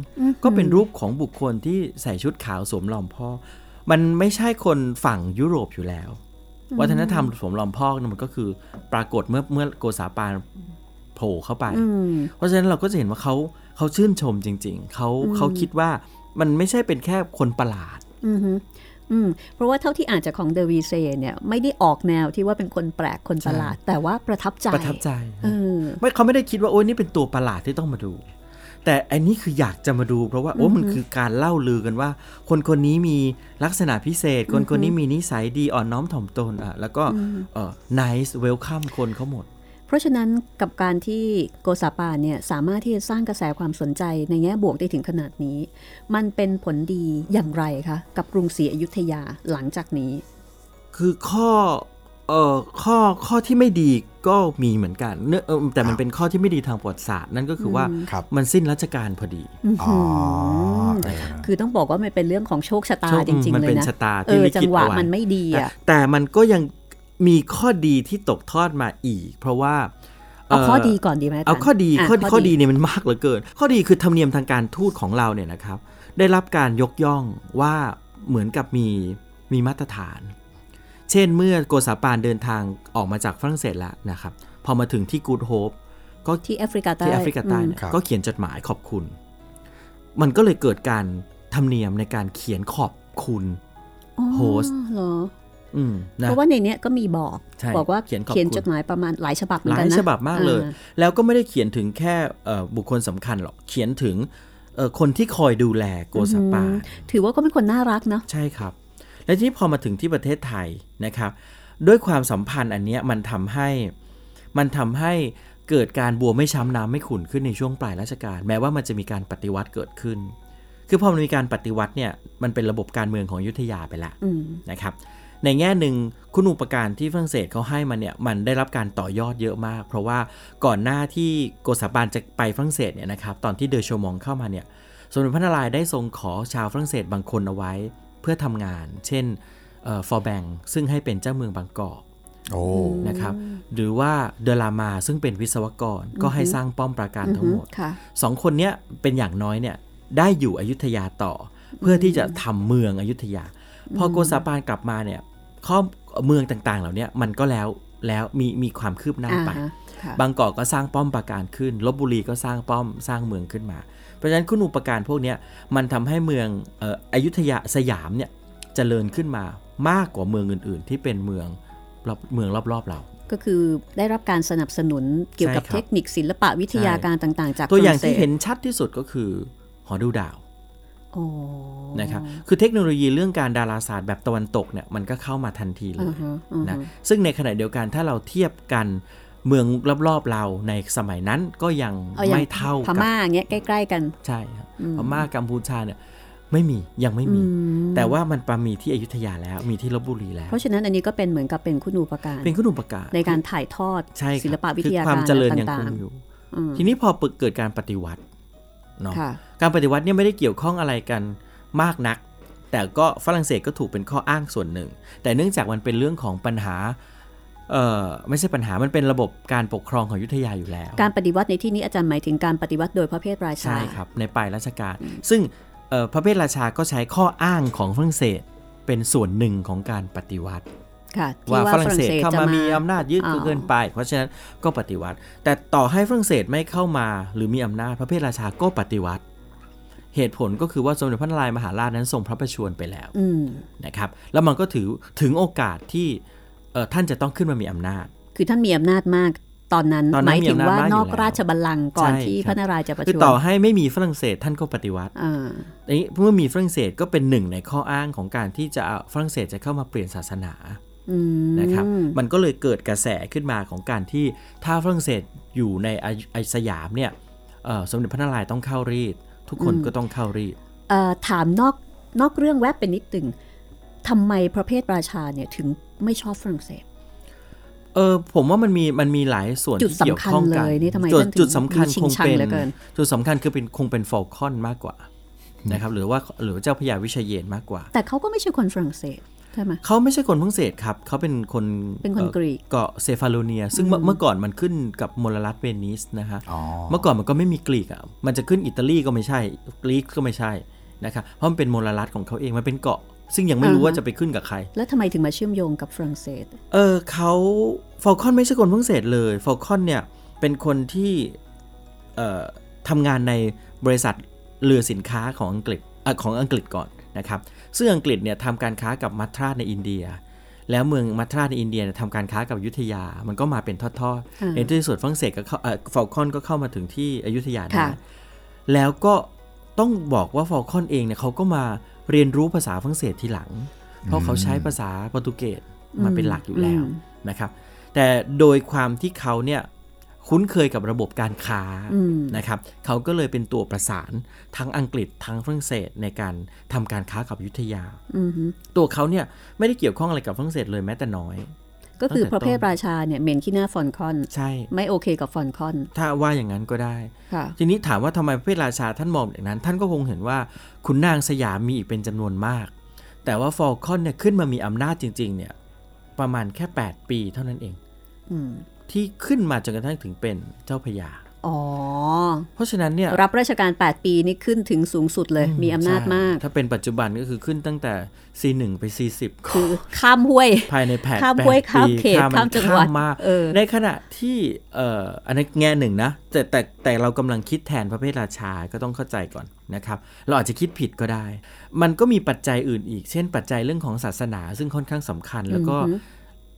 D: ก็เป็นรูปของบุคคลที่ใส่ชุดขาวสวมหลอมพ่อกมันไม่ใช่คนฝั่งยุโรปอยู่แล้ว วัฒนธรรมสวมหลอมพ่อกเนี่ยมันก็คือปรากฏเมื่อเมื่อโกษาปานโผล่เข้าไป
C: อืม
D: เพราะฉะนั้นเราก็จะเห็นว่าเขาเขาชื่นชมจริง ๆ เขาเขาคิดว่ามันไม่ใช่เป็นแค่คนประหลาด
C: อืมฮึอืมเพราะว่าเท่าที่อ่านจากของเดวีเซเนี่ย ไม่ได้ออกแนวที่ว่าเป็นคนแปลกคนประหลาด แต่ว่าประทับใจ
D: ประทับใจ
C: เออ
D: ไม่เขาไม่ได้คิดว่าโอ้ยนี่เป็นตัวประหลาดที่ต้องมาดู แต่อันนี้คืออยากจะมาดู เพราะว่าโอ้มันคือการเล่าลือกันว่า คนคนนี้มีลักษณะพิเศษ คนคนนี้มีนิสัยดีอ่อนน้อมถ่อมตนอ่ะแล้วก็เอ่อ nice welcome คนเขาหมด
C: เพราะฉะนั้นกับการที่โกซาปานเนี่ยสามารถที่จะสร้างกระแสความสนใจในแง่บวกได้ถึงขนาดนี้ มันเป็นผลดีอย่างไรคะ กับกรุงศรีอยุธยาหลังจากนี้
D: คือข้อเอ่อข้อข้อที่ไม่ดีก็มีเหมือนกันเนื่องเอิ่มแต่มันเป็นข้อที่ไม่ดีทางประวัติศาสตร์นั่นก็คือว่า
B: ครับ
D: มันสิ้นรัชกาลพอดี
B: อ๋อเออ
C: คือต้องบอกว่ามันเป็นเรื่องของโชคชะตา
D: โชค
C: จริง
D: มั
C: ๆ
D: น
C: เลย
D: เป็น
C: นะ
D: ชะตาที่
C: เออ
D: ลิขิต
C: จังหวะ
D: เอาไว้
C: มันไม่ดี
D: แต่
C: อ่ะ
D: แต่มันก็ยังมีข้อดีที่ตกทอดมาอีก เพราะว่า
C: เอาข้อดีก่อนดีไหมจรย์
D: เอาข้อดี
C: ะ
D: ข้อข้อดีเนี่ยมันมากเหลือเกิน ข้อดีคือธรรมเนียมทางการทูตของเราเนี่ยนะครับ ได้รับการยกย่องว่าเหมือนกับมีมีมาตรฐาน เช่นเมื่อโกษาปานเดินทางออกมาจากฝรั่งเศสแล้วนะครับ พอมาถึงที่กูดโฮปก็
C: ที่แอฟริกาใต้
D: ที่แอฟริกาใต้
C: อืม
D: เนี่ย
B: ครับ
D: ก็เขียนจดหมายขอบคุณ มันก็เลยเกิดการธรรมเนียมในการเขียนขอบคุณโฮสต์
C: อ๋อเหรอ
D: อืมนะ
C: เพราะว่าในเนี้ยก็มีบอก
D: ใช่
C: บอกว่า
D: เขียนขอบ
C: เขียน
D: คุณ
C: จดหมายประมาณหลายฉบับเหมื
D: ห
C: อน
D: ลา
C: กั
D: ย
C: นนะ
D: ฉบับมากเลย
C: อ่
D: แล้วก็ไม่ได้เขียนถึงแค่เอ่อบุคคลสำคัญหรอก เขียนถึงเอ่อคนที่คอยดูแลโกซาปา
C: อืมถือว่าก็เป็นคนน่ารักเนาะ
D: ใช่ครับ และที่พอมาถึงที่ประเทศไทยนะครับ ด้วยความสัมพันธ์อันเนี้ยมันทำให้มันทำให้เกิดการบัวไม่ช้ำน้ำไม่ขุ่นขึ้นในช่วงปลายรัชกาลแม้ว่ามันจะมีการปฏิวัติเกิดขึ้น คือพอมันมีการปฏิวัติเนี่ยมันเป็นระบบการเมืองของอยุทธยาไปละ
C: อืม
D: นะครับในแง่หนึ่งคุณอุปการที่ฝรั่งเศสเขาให้มันเนี่ยมันได้รับการต่อยอดเยอะมาก เพราะว่าก่อนหน้าที่โกษาปานจะไปฝรั่งเศสเนี่ยนะครับตอนที่เดอโชมองเข้ามาเนี่ยสมเด็จพระนารายณ์ได้ทรงขอชาวฝรั่งเศสบางคนเอาไว้เพื่อทำงาน เช่นฟอร์แบงซึ่งให้เป็นเจ้าเมืองบางกอก
B: โอ้
D: นะครับหรือว่าเดอลามาซึ่งเป็นวิศวกรก็ให้สร้างป้อมปราการทั้งหมด
C: ค่ะ
D: สองคนเนี้ยเป็นอย่างน้อยเนี่ยได้อยู่อยุธยาต่อ เพื่อที่จะทำเมืองอยุธยา พอโกษาปานกลับมาเนี่ยข้อเมืองต่างๆ เหล่าเนี้ยมันก็แล้วแล้วมีมีความคืบหน้า
C: อ่า
D: ไป
C: ฮะค่ะ
D: บางกอกก็สร้างป้อมปราการขึ้นลบบุรีก็สร้างป้อมสร้างเมืองขึ้นมา เพราะฉะนั้นคุณอุปการพวกเนี้ยมันทำให้เมืองเอ่ออยุธยาสยามเนี่ยเจริญขึ้นมามากกว่าเมืองอื่น ๆ ที่เป็นเมืองรอบเมืองรอบๆเรา
C: ก็คือได้รับการสนับสนุนเกี่ยวกับ
D: ใช่ครับ
C: เทคนิคศิลปะวิทยา
D: ใช่
C: การต่างๆ จาก
D: ตัวอย่าง
C: ฝรั่
D: ที่
C: ศส
D: เห็นชัดที่สุดก็คือหอดูดาว
C: โอ้
D: นะครับคือเทคโนโลยีเรื่องการดาราศาสตร์แบบตะวันตกเนี่ยมันก็เข้ามาทันทีเลย
C: อ่าฮะอ่าฮะ
D: นะซึ่งในขณะเดียวกันถ้าเราเทียบกันเมืองรอบๆเราในสมัยนั้นก็ยัง
C: เอาอย่าง
D: ไม่เท่า
C: พ
D: กั
C: ม่าเงี้ยใกล้ ๆ กัน
D: ใช่ครับพม่ากัมพูชาเนี่ย ไม่มียังไม่มี
C: อืม
D: แต่ว่ามันปามีที่อยุธยาแล้วมีที่ลบบุรีแล้ว
C: เพราะฉะนั้นอันนี้ก็เป็นเหมือนกับเป็นคุณูปการ
D: เป็นคุณอุปการ
C: ในการถ่ายทอด
D: ใช่ครับ
C: ศิลปะวิทยา
D: คือความ
C: การ
D: เจริญยัง
C: ต่า
D: คง
C: ง
D: อยู่
C: ๆอืม
D: ทีนี้พอเกิดการปฏิวัติเนาะ
C: ค่ะ
D: การปฏิวัติเนี่ยไม่ได้เกี่ยวข้องอะไรกันมากนัก แต่ก็ฝรั่งเศสก็ถูกเป็นข้ออ้างส่วนหนึ่ง แต่เนื่องจากมันเป็นเรื่องของปัญหา เอ่อไม่ใช่ปัญหา มันเป็นระบบการปกครองของอยุธยาอยู่แล้ว
C: การปฏิวัติในที่นี้อาจารย์หมายถึงการปฏิวัติโดยพระเพทราชา
D: ใช่ครับ ในปลายรัชกาล ซึ่งเอ่อพระเพทราชาก็ใช้ข้ออ้างของฝรั่งเศสเป็นส่วนหนึ่งของการปฏิวัติ
C: ค่ะ
D: ว่า
C: ที่
D: ฝรั่งเศสเข้า
C: จะ
D: มามีอำนาจยืด
C: อ๋อ
D: เกินไป เพราะฉะนั้นก็ปฏิวัติ แต่ต่อให้ฝรั่งเศสไม่เข้ามาหรือมีอำนาจพระเพทราชาก็ปฏิวัติ เหตุผลก็คือว่าสมเด็จพระนารายณ์มหาราชนั้นทรงพระประชวรไปแล้ว
C: อืม
D: นะครับ แล้วมันก็ถือถึงโอกาสที่เอ่อท่านจะต้องขึ้นมามีอำนาจ
C: คือท่านมีอำนาจมากตอนนั้น
D: ตอน
C: ห
D: นั้น
C: มายถึงว่า
D: มีอำนาจมากอยู่
C: นอกราชบัลลังก์ก่อน
D: ใช่
C: ที่
D: ครับ
C: พระนารายณ์จะประช
D: คือ
C: ว
D: ต่อ
C: ร
D: ให้ไม่มีฝรั่งเศสท่านก็ปฏิวัติ
C: อ่า
D: อันนี้เมื่อมีฝรั่งเศสก็เป็นหนึ่งในข้ออ้างของการที่จะเอาฝรั่งเศสจะเข้ามาเปลี่ยนศาสนา
C: อืม
D: นะครับ มันก็เลยเกิดกระแสขึ้นมาของการที่ถ้าฝรั่งเศสอยู่ในไอไอสยามเนี่ยเอ่อสมเด็จพระนารายณ์ต้องเข้ารีด ทุกคนก็ต้องเข้ารีด
C: เอ่อถามนอกนอกเรื่องแวบเป็นนิดหนึ่งทำไมพระเพทราชาเนี่ยถึงไม่ชอบฝรั่งเศส
D: เออผมว่ามันมีมันมีหลายส่วน
C: จุด
D: ที่เกี่ยวข้องกั
C: สำคัญ
D: น
C: เลยนี่ทำไม
D: จุด
C: ท่านถึง
D: จุดสำคัญคง
C: มี
D: เป็
C: ชิงชัง
D: น
C: เหลือเกิน
D: จุดสำคัญคือเป็นคงเป็นฟอลคอนมากกว่านะครับหรือว่าหรือเจ้าพระยาวิชัยเยนมากกว่า
C: แต่เขาก็ไม่ใช่คนฝรั่งเศสใช่ไหม
D: เขาไม่ใช่คนฝรั่งเศสครับ เขาเป็นคน
C: เป็นคน
D: อ่อก
C: รีก
D: เกาะเซฟาโลเนีย ซึ่งเมื่อเมื่อก่อนมันขึ้นกับมลรัฐเวนิสนะฮะ
B: อ๋อ
D: เมื่อก่อนมันก็ไม่มีกรีกอ่ะ มันจะขึ้นอิตาลีก็ไม่ใช่ กรีกก็ไม่ใช่นะครับ เพราะมันเป็นมลรัฐของเขาเอง มันเป็นเกาะ ซึ่งยังไม่รู้
C: อ่าฮะ
D: ว่าจะไปขึ้นกับใคร
C: แล้วทำไมถึงมาเชื่อมโยงกับฝรั่งเศส
D: เออเขาฟอลคอนไม่ใช่คนฝรั่งเศสเลย ฟอลคอนเนี่ยเป็นคนที่เอ่อทำงานในบริษัทเรือสินค้าของอังกฤษเอ่อของอังกฤษก่อนนะครับ ซึ่งอังกฤษเนี่ยทำการค้ากับมัทราในอินเดีย แล้วเมืองมัทราในอินเดียเนี่ยทำการค้ากับอยุธยา มันก็มาเป็นทอด
C: อ่า
D: ๆ ในที่สุดฝรั่งเศสก็เข้าฟอลคอนก็เข้ามาถึงที่อยุธยาได้
C: ค่ะ
D: แล้วก็ต้องบอกว่าฟอลคอนเองเนี่ยเขาก็มาเรียนรู้ภาษาฝรั่งเศสทีหลัง เพราะเขาใช้ภาษาโปรตุเกส มาเป็นหลักอยู่แล้ว
C: อืม
D: นะครับ แต่โดยความที่เขาเนี่ยคุ้นเคยกับระบบการค้า
C: อืม
D: นะครับเขาก็เลยเป็นตัวประสานทั้งอังกฤษทั้งฝรั่งเศสในการทำการค้ากับอยุธยา
C: อืมฮึ
D: ตัวเขาเนี่ยไม่ได้เกี่ยวข้องอะไรกับฝรั่งเศสเลยแม้แต่น้อย
C: ก็คือ
D: ตั้งแต่
C: พระเพท
D: ต้น
C: ราชาเนี่ยเหม็นขี้หน้าฟอนคอน
D: ใช่
C: ไม่โอเคกับฟอนคอน
D: ถ้าว่าอย่างนั้นก็ได้
C: ค่ะ
D: ทีนี้ถามว่าทำไมพระเพทราชาท่านมองอย่างนั้น ท่านก็คงเห็นว่าขุนนางสยามมีอีกเป็นจำนวนมาก แต่ว่าฟอลคอนเนี่ยขึ้นมามีอำนาจจริงๆเนี่ยประมาณแค่ 8 ปีเท่านั้นเอง
C: อืม
D: ที่ขึ้นมาจนกระทั่งถึงเป็นเจ้าพระยา
C: อ๋อ
D: เพราะฉะนั้นเนี่ย
C: รับราชการ 8 ปีนี่ขึ้นถึงสูงสุดเลย มีอำนาจ
D: ใช่
C: มาก
D: ถ้าเป็นปัจจุบันก็คือขึ้นตั้งแต่ C1 ไป C10
C: คือข้ามห้วย
D: ภายในแผน
C: ข้าม
D: แปด
C: ห้วยข้าม
D: ปี
C: เขต
D: ข้าม
C: ข้ามจังหวัด
D: ข้มาก
C: เออ
D: ในขณะที่เอ่ออันนี้แง่หนึ่งนะ แต่แต่แต่เรากำลังคิดแทนพระเพทราชาก็ต้องเข้าใจก่อนนะครับ เราอาจจะคิดผิดก็ได้ มันก็มีปัจจัยอื่นอีก เช่น ปัจจัยเรื่องของศาสนา ซึ่งค่อนข้างสำคัญ แล้วก็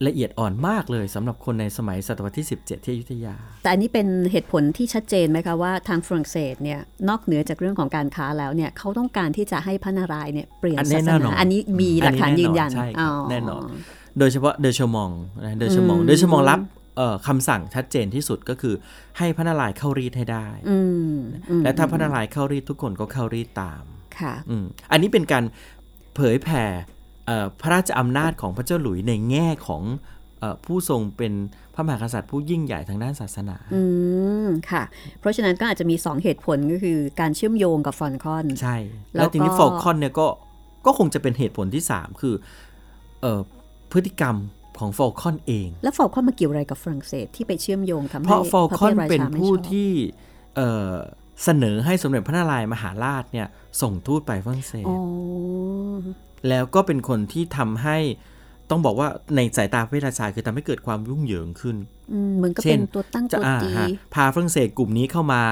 D: ละเอียดอ่อนมากเลยสำหรับคนในสมัยศตวรรษที่ 17 ที่อยุธยา
C: แต่อันนี้เป็นเหตุผลที่ชัดเจนไหมคะว่าทางฝรั่งเศสเนี่ยนอกเหนือจากเรื่องของการค้าแล้วเนี่ยเขาต้องการที่จะให้พระนารายณ์เนี่ยเปลี่ยน
D: อันนี้
C: ศาส
D: แน่น
C: นา
D: อน
C: อันนี้มีหลักฐานยืนยัน
D: อันนี้แน่นอนใช่ครับแน่นอน โดยเฉพาะเดอชมองนะเดอชมองเดอชมองรับเอ่อคำสั่งชัดเจนที่สุดก็คือให้พระนารายณ์เข้ารีดให้ได้
C: อืมอืม
D: และถ้าพระนารายณ์เข้ารีดทุกคนก็เข้ารีดตาม
C: ค่ะ
D: อืมอันนี้เป็นการเผยแผ่เอ่อพระราชอำนาจของพระเจ้าหลุยในแง่ของเอ่อผู้ทรงเป็นพระมหากษัตริย์ผู้ยิ่งใหญ่ทางด้านศาสนา
C: อืมค่ะ เพราะฉะนั้นก็อาจจะมี 2 เหตุผลก็คือการเชื่อมโยงกับฟอนคอน
D: ใช่
C: แล้
D: แล้ว วทีนี้
C: ก็
D: ฟอลคอนเนี่ยก็ก็คงจะเป็นเหตุผลที่ 3 คือเอ่อพฤติกรรมของฟอลคอนเอง
C: แล้วฟอลคอนมาเกี่ยวอะไรกับฝรั่งเศสที่ไปเชื่อมโยงทำให้
D: เพราะฟอล
C: พ
D: คอน
C: ทราชา
D: เป็น
C: ไม่
D: ผู้
C: ชอบ
D: ที่เอ่อเสนอให้สมเด็จพระนารายณ์มหาราชเนี่ยส่งทูตไปฝรั่งเศส
C: อ๋อ
D: แล้วก็เป็นคนที่ทำให้ต้องบอกว่าในสายตาพระราชาคือทำให้เกิดความยุ่งเหยิงขึ้น
C: อืมเหมือนก็
D: เช่
C: เป็น นตัวตั้ง
D: จะ
C: ตัว
D: อ่า
C: ตี
D: ฮะพาฝรั่งเศสกลุ่มนี้เข้ามา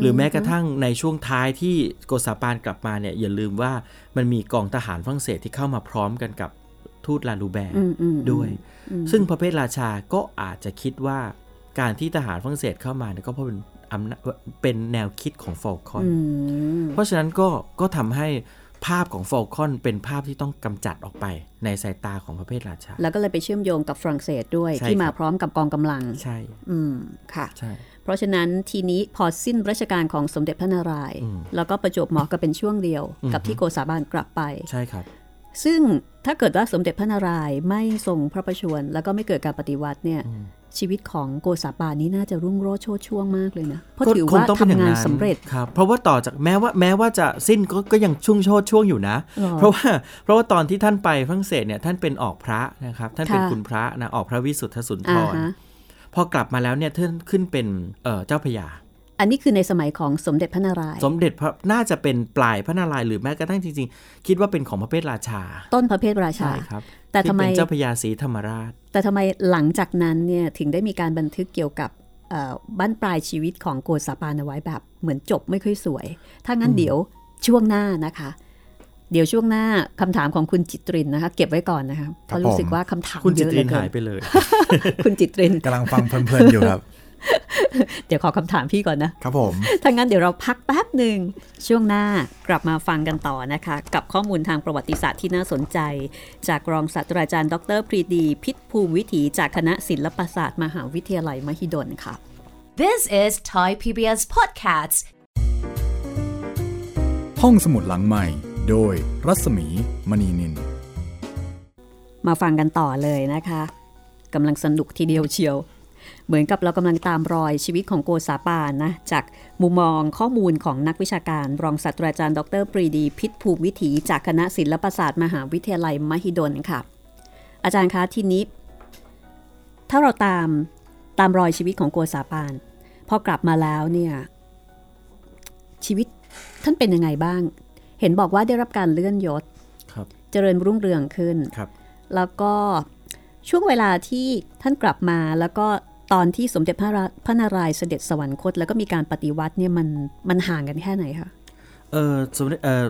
D: หรือแม้กระทั่งในช่วงท้ายที่โกซาปานกลับมาเนี่ยอย่าลืมว่ามันมีกองทหารฝรั่งเศสที่เข้ามาพร้อมกันกับทูตลาลูแบร์
C: อืมอืมอืม
D: ด้วย ซึ่งพระเพทราชาก็อาจจะคิดว่าการที่ทหารฝรั่งเศสเข้ามาเนี่ยก็เพราะเป็นอำนาจเป็นแนวคิดของฟอลคอน
C: อืม
D: เพราะฉะนั้นก็ก็ทำให้ ภาพของฟอลคอนเป็นภาพที่ต้องกำจัดออกไปในสายตาของพระเพทราชา
C: แล้วก็เลยไปเชื่อมโยงกับฝรั่งเศสด้วย
D: ใช่
C: ที่มา
D: ครับ
C: พร้อมกับกองกำลัง
D: ใช่
C: อืมค่ะ
D: ใช่
C: เพราะฉะนั้นทีนี้พอสิ้นรัชกาลของสมเด็จพระนารายณ์แล้วก็ประจวบเหมาะกับเป็นช่วงเดียว กับที่โกษาบานกลับไป
D: ใช่ครับ
C: ซึ่งถ้าเกิดว่าสมเด็จพระนารายณ์ไม่ทรงพระประชวรแล้วก็ไม่เกิดการปฏิวัติเนี่ยชีวิตของโกษาบานนี้น่าจะรุ่งโรจน์โชติช่วงมากเลยนะเพราะถือว่าทำงานสำเร็จ
D: ครับเพราะว่าต่อจากแม้ว่าแม้ว่าจะสิ้นก็ก็ยังชุ่งโชดช่วงอยู่นะ
C: หรอ
D: เพราะว่าเพราะว่าตอนที่ท่านไปฝรั่งเศสเนี่ยท่านเป็นออกพระนะครับท่านเป็น
C: ค่ะ
D: คุณพระนะออกพระวิสุทธสุนท
C: อ่าร ฮะ
D: พอกลับมาแล้วเนี่ยท่านขึ้นเป็นเอ่อเจ้าพระยา
C: อันนี้คือในสมัยของสมเด็จพระนารายณ์
D: สมเด็จพระน่าจะเป็นปลายพระนารายณ์หรือแม้กระทั่งจริงๆ คิดว่าเป็นของพระเพทราชา
C: ต้นพระเพทราชา
D: ใช่ครับ
C: แต่ทำไม
D: ที่เป็นเจ้าพระยาศรีธรรมราช
C: แต่ทำไมหลังจากนั้นเนี่ยถึงได้มีการบันทึกเกี่ยวกับเอ่อบั้นปลายชีวิตของโกษาปานเอาไว้แบบ เหมือนจบไม่ค่อยสวย ถ้างั้นเดี๋ยวช่วงหน้านะคะ เดี๋ยวช่วงหน้าคำถามของคุณจิตรินนะคะ เก็บไว้ก่อนนะคะเพราะรู้สึกว่าคำถาม
D: คุณ
C: เย
D: จิ
C: อะ
D: ต
C: เหลือน
D: ริ
C: เกิ
D: หาน ยไปเลย
C: คุณจิตริน
B: กำลังฟังเพลินๆอยู่ครับ
C: เดี๋ยวขอคำถามพี่ก่อนนะ
B: ครับผม
C: ถ้างั้นเดี๋ยวเราพักแป๊บหนึ่ง ช่วงหน้ากลับมาฟังกันต่อนะคะ กับข้อมูลทางประวัติศาสตร์ที่น่าสนใจ จากรองศาสตราจารย์ดรปรีดี พิษภูมิวิถีจากคณะศิลปศาสตร์มหาวิทยาลัยมหิดลค่ะ
A: This is Thai PBS Podcasts.
B: ห้องสมุดหลังใหม่ โดยรัศมีมณีนิน
C: มาฟังกันต่อเลยนะคะกำลังสนุกทีเดียวเชียว เหมือนกับเรากำลังตามรอยชีวิตของโกษาปานนะ จากมุมมองข้อมูลของนักวิชาการ รองศาสตราจารย์ดรปรีดี พิษภูมิวิถี จากคณะศิลปศาสตร์มหาวิทยาลัยมหิดลค่ะ อาจารย์คะทีนี้ ถ้าเราตามตามรอยชีวิตของโกษาปานพอกลับมาแล้วเนี่ยชีวิตท่านเป็นยังไงบ้าง เห็นบอกว่าได้รับการเลื่อนยศ
D: ครับ
C: เจริญรุ่งเรืองขึ้น
D: ครับ
C: แล้วก็ช่วงเวลาที่ท่านกลับมาแล้วก็ตอนที่สมเด็จพระราพระนารายณ์เสด็จสวรรคต แล้วก็มีการปฏิวัติเนี่ยมันมันห่างกันแค่ไหนคะ
D: เออสมเด็จเออ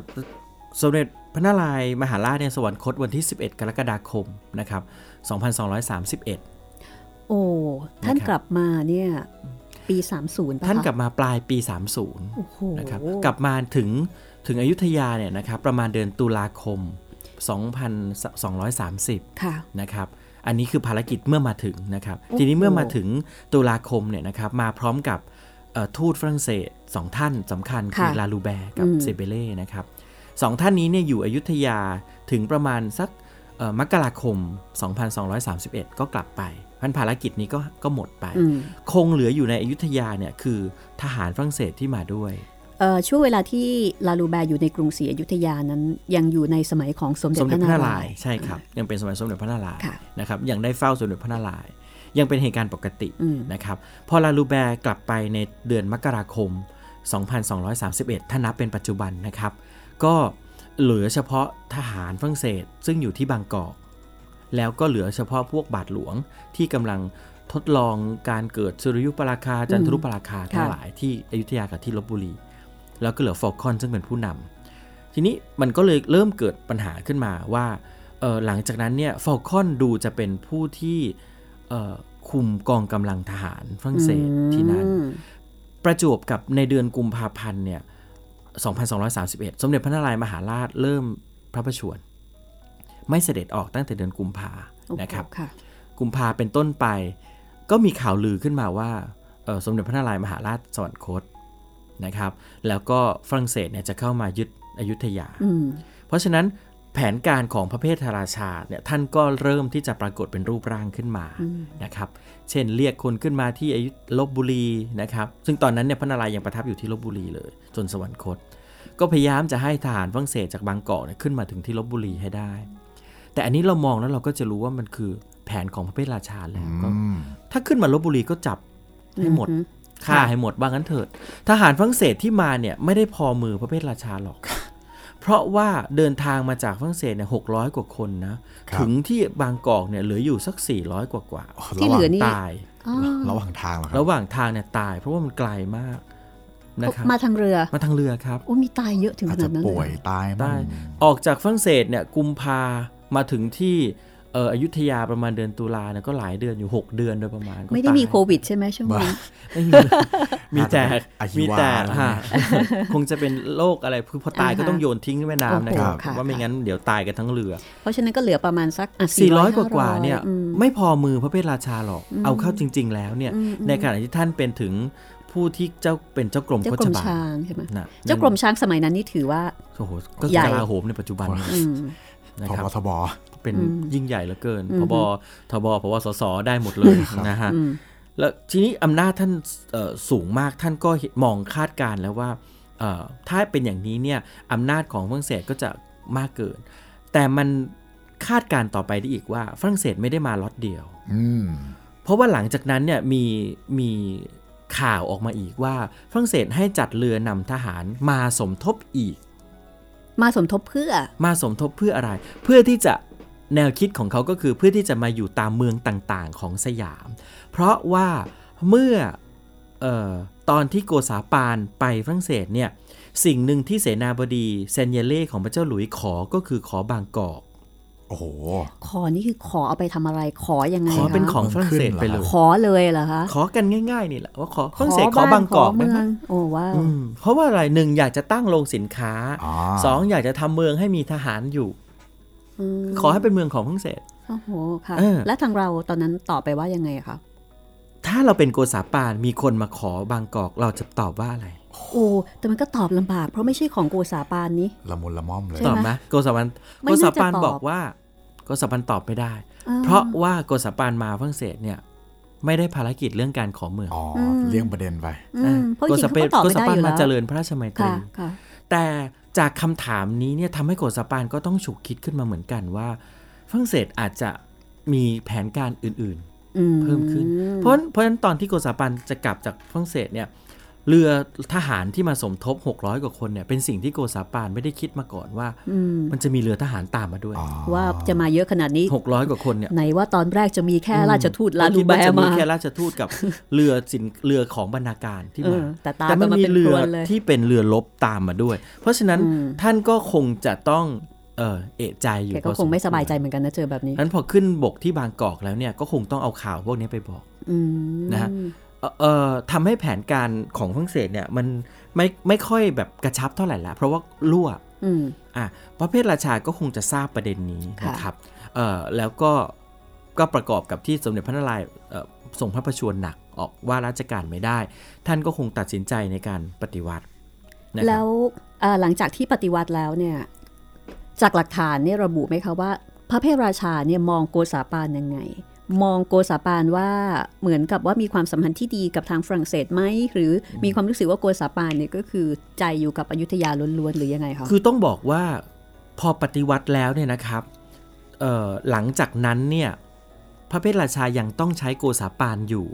D: สมเด็จพระนารายณ์มหาราชเนี่ยสวรรคตวันที่ 11 กรกฎาคมนะครับ2231
C: โอ้ท่าน
D: นะครับ
C: กลับมาเนี่ยปี 30ป่ะคะ
D: ท่านกลับมาปลายปี
C: โอ้โห
D: 30นะครับกลับมาถึงถึงอยุธยาเนี่ยนะครับประมาณเดือนตุลาคม 2230
C: ค่ะ
D: นะครับ อันนี้คือภารกิจเมื่อมาถึงนะครับ ทีนี้เมื่อมาถึงตุลาคมเนี่ยนะครับมาพร้อมกับเอ่อทูตฝรั่งเศสสองท่านสำคัญคือ
C: ค่ะ
D: ลาลูแบร์กับเซเบเล่นะครับสองท่านนี้เนี่ยอยู่อยุธยาถึงประมาณสักเอ่อมกราคม 2231 ก็กลับไปพันภารกิจนี้ก็ก็หมดไป
C: อืม
D: คงเหลืออยู่ในอยุธยาเนี่ยคือทหารฝรั่งเศสที่มาด้วย
C: เอ่อช่วงเวลาที่ลาลูแบร์อยู่ในกรุงศรีอยุธยานั้น ยังอยู่ในสมัยของสมเด็จ
D: สม
C: พ
D: เด็จ
C: ระ
D: พ
C: นา
D: ระา
C: นาร
D: ราย
C: ย
D: ณ์
C: ณ์
D: ใช่ครับ ยังเป็นสมัยสมเด็จพระนารายณ์
C: ค่ะ
D: นะครับยังได้เฝ้าสมเด็จพระนารายณ์ยังเป็นเหตุการณ์ปกติ
C: อืม
D: นะครับพอลาลูแบร์กลับไปในเดือนมกราคม 2231 ถ้านับเป็นปัจจุบันนะครับ ก็เหลือเฉพาะทหารฝรั่งเศสซึ่งอยู่ที่บางกอก แล้วก็เหลือเฉพาะพวกบาทหลวงที่กำลังทดลองการเกิดสุริยุปราคาจันทรุปราคาทั้งหลายที่อยุธยากับที่ลบบุรี แล้วก็เหลือฟอลคอนซึ่งเป็นผู้นำ ทีนี้มันก็เลยเริ่มเกิดปัญหาขึ้นมาว่าเอ่อหลังจากนั้นเนี่ยฟอลคอนดูจะเป็นผู้ที่เอ่อคุมกองกำลังทหารฝรั่งเศสที่นั่น
C: อืม
D: ประจวบกับในเดือนกุมภาพันธ์เนี่ย 2231 สมเด็จพระนารายณ์มหาราชเริ่มพระประชวรไม่เสด็จออกตั้งแต่เดือนกุมภา
C: โอ้โห
D: นะครับ
C: ค่ะ
D: กุมภาเป็นต้นไป ก็มีข่าวลือขึ้นมาว่าเอ่อสมเด็จพระนารายณ์มหาราชสวรรคตนะครับ แล้วก็ฝรั่งเศสเนี่ยจะเข้ามายึดอยุธยา
C: อืม
D: เพราะฉะนั้นแผนการของพระเพทราชาเนี่ยท่านก็เริ่มที่จะปรากฏเป็นรูปร่างขึ้นมานะครับ เช่นเรียกคนขึ้นมาที่อยุธลบบุรีนะครับ ซึ่งตอนนั้นเนี่ยพระนารายณ์ยังประทับอยู่ที่ลบบุรีเลย จนสวรรคต ก็พยายามจะให้ทหารฝรั่งเศสจากบางกอกเนี่ยขึ้นมาถึงที่ลบบุรีให้ได้ แต่อันนี้เรามองแล้วเราก็จะรู้ว่ามันคือแผนของพระเพทราชาแล้วก็
B: อืม
D: ถ้าขึ้นมาลบบุรีก็จับให้หมดฆ่าให้หมดบ้างั้นเถิด ทหารฝรั่งเศสที่มาเนี่ยไม่ได้พอมือพระเพทราชาหรอก เพราะว่าเดินทางมาจากฝรั่งเศสเนี่ยหกร้อยกว่าคนนะ
B: ครับ
D: ถึงที่บางกอกเนี่ยเหลืออยู่สัก 400 กว่ากว่า
B: อ๋อ
C: ที่เหลือนี่
D: ตาย
C: อ๋อ
B: ระหว่างทางเหรอครั
D: ระ
B: บ
D: หว่างทางเนี่ยตาย เพราะว่ามันไกลมากนะครับ
C: มาทางเรือ
D: มาทางเรือครับ
C: โอ้มีตายเยอะถึง
B: อา
C: ข
B: จ
C: นา
B: จะ
C: ดนั้นเลย
B: ป่วย
C: เหรอ
B: ตาย
D: ได้
B: มั่ง
D: ออกจากฝรั่งเศสเนี่ยกุมภามาถึงที่ เอออยุธยาประมาณเดือนตุลาเนี่ยก็หลายเดือนอยู่ 6 เดือนโดยประมาณก็
C: ไม่ได้มี
D: ตาย
C: โควิดใช่ไหมช่วงนี้
D: ไม่มี มีแต่
B: อาฮิวามี
D: มีแต่
B: อะไร
D: ฮะคงจะ เป็นโรคอะไรคือพอตายก็
C: อ่าฮะ
D: ต้องโยนทิ้งแม่น้ำนะครับ
C: โอ้โหค่ะ
D: ว่าไม่งั้นเดี๋ยวตายกันทั้งเรือ
C: เพราะฉะนั้นก็เหลือประมาณสักอ่ะ
D: 400 กว่า
C: 500
D: กว่าเนี่ย
C: อืม
D: ไม่พอมือพระเพทราชาหรอก เอาเข้าจริง ๆ แล้วเนี่ย ในขณะที่ท่านเป็นถึงผู้ที่เจ้าเป็นเจ้ากรม
C: เจ้าก
D: โฆ
C: ร
D: ษ
C: ม
D: บาล
C: ช้างใช่ไหม
D: นะ
C: เจ้ากรมช้างสมัยนั้นนี่ถือว่า
D: โอ้โหก็
C: ใหญ่
D: กลาโหมในปัจจุบัน
C: อืม
D: นะ
B: พ
D: ครับ
B: บทบ
D: เป็นยิ่งใหญ่เหลือเกิน
C: อืม
D: พบทบพบสสได้หมดเลยนะฮะ
C: อืม
D: แล้วทีนี้อำนาจท่านเอ่อสูงมากท่านก็เห็นมองคาดการณ์แล้วว่าเอ่อถ้าเป็นอย่างนี้เนี่ยอำนาจของฝรั่งเศสก็จะมากเกิน แต่มันคาดการณ์ต่อไปได้อีกว่าฝรั่งเศสไม่ได้มาล็อตเดียว
B: อืม
D: เพราะว่าหลังจากนั้นเนี่ยมีมีข่าวออกมาอีกว่าฝรั่งเศสให้จัดเรือนำทหารมาสมทบอีก
C: มาสมทบเพื่อ
D: มาสมทบเพื่ออะไร เพื่อที่จะแนวคิดของเขาก็คือเพื่อที่จะมาอยู่ตามเมืองต่างๆของสยาม เพราะว่าเมื่อเออตอนที่โกษาปานไปฝรั่งเศสเนี่ยสิ่งหนึ่งที่เสนาบดีเซนเยเล่ของพระเจ้าหลุยส์ขอก็คือขอบางกอก
B: โอ้โห
C: ขอนี่คือขอเอาไปทำอะไร ขอยังไง
D: ขอเป็นของ
B: เมือง
D: ฝรั่ง
B: ขึ้น
D: เศสไป
B: เห
D: เล
B: รอ
D: ย
C: ขอเลยเหรอคะ
D: ขอกันง่ายๆนี่แหละว่าขอฝรั่งเศสขอบางกอก
C: เมื
D: ได้ไหม
C: องโอ้ว้าว
D: อืมเพราะว่าอะไรหนึ่งอยากจะตั้งโรงสินค้า
B: อ่า
D: สองอยากจะทำเมืองให้มีทหารอยู่
C: อืม
D: ขอให้เป็นเมืองของฝรั่งเศส
C: โอ้โหค่ะ
D: เออ
C: และทางเราตอนนั้นตอบไปว่ายังไงอะคะ
D: ถ้าเราเป็นโกษาปานมีคนมาขอบางกอกเราจะตอบว่าอะไร
C: โอ้แต่มันก็ตอบลำบาก เพราะไม่ใช่ของกูสาปานนี้
B: ละมุนละม่อมเลย
C: ใช่
D: ต
C: ไหม
D: อบนะโกษาปาน
C: ไม่
D: โกษาปาน
C: น่าจะตอบ
D: บอกว่าโกษาปานตอบไม่ได้
C: อ่
D: เพราะว่าโกษาปานมาฝรั่งเศสเนี่ยไม่ได้ภารกิจเรื่องการขอเมือง
B: อ๋ออเลี่ยงประเด็นไป
C: อืมเพราะจ
D: โก
C: ริงๆ
D: ษา
C: เขาก็ตอบ
D: โก
C: ไม่
D: ษา
C: ได้
D: ปา
C: อน ยู่
D: มา
C: แล้ว
D: เจริญพระราชมัยตรี
C: ค่ะค่ะ
D: แต่จากคำถามนี้เนี่ยทำให้โกสปานก็ต้องฉุกคิดขึ้นมาเหมือนกันว่าฝรั่งเศสอาจจะมีแผนการอื่น
C: อื
D: ๆ เพิ่มขึ้น เพราะเพราะฉะนั้นตอนที่โกสปานจะกลับจากฝรั่งเศสเนี่ยเรือทหารที่มาสมทบ 600 กว่าคนเนี่ยเป็นสิ่งที่โกสปานไม่ได้คิดมาก่อนว่า
C: อืม
D: มันจะมีเรือทหารตามมาด้วย
B: อ๋อ
C: ว่าจะมาเยอะขนาดนี้
D: 600 กว่าคนเนี่ย
C: ไหนว่าตอนแรกจะมีแค่ราชทูตลา
D: เร
C: ลู
D: คิด
C: แบ
D: ว่จะ
C: มา
D: แค่ราชทูตกับ เรือสินเรือของบรรณาการที่
C: เอ
D: มา
C: อแต่ตาม
D: แต่มัน
C: กันมา
D: มี
C: เป็น
D: เรื
C: ครั
D: อ
C: วเลย
D: ที่เป็นเรือลบตามมาด้วย เพราะฉะนั้นท่านก็คงจะต้องเออเอะใจอยู่
C: แกก็
D: พอ
C: คงไม่สบายใจ
D: คว
C: เหมือนกันนะเจอแบบนี้
D: รนั้นพอขึ้นบกที่บางกอกแล้วเนี่ยก็คงต้องเอาข่าวพวกนี้ไปบอก
C: อืม
D: นะฮะ เอ่อเอ่อทำให้แผนการของฝรั่งเศสเนี่ยมันไม่ไม่ค่อยแบบกระชับเท่าไหร่ละเพราะว่ารั่ว
C: อืม
D: อ่ะพระเพทราชาก็คงจะทราบประเด็นนี้
C: ค่ะ
D: นะครับเอ่อแล้วก็ก็ประกอบกับที่สมเด็จพระนารายณ์เอ่อทรงพระประชวรหนักออกว่าราชการไม่ได้ ท่านก็คงตัดสินใจในการปฏิวัตินะครับ
C: แล้วเอ่อหลังจากที่ปฏิวัติแล้วเนี่ย จากหลักฐานเนี่ยระบุไหมคะว่า พระเพทราชาเนี่ยมองโกษาปานยังไง มองโกษาปานว่าเหมือนกับว่ามีความสัมพันธ์ที่ดีกับทางฝรั่งเศสไหมหรือมีความรู้สึกว่าโกษาปานเนี่ยก็คือใจอยู่กับอยุธยาล้วนๆหรือยังไงคะ
D: คือต้องบอกว่าพอปฏิวัติแล้วเนี่ยนะครับเอ่อหลังจากนั้นเนี่ยพระเพทราชายังต้องใช้โกษาปานอยู่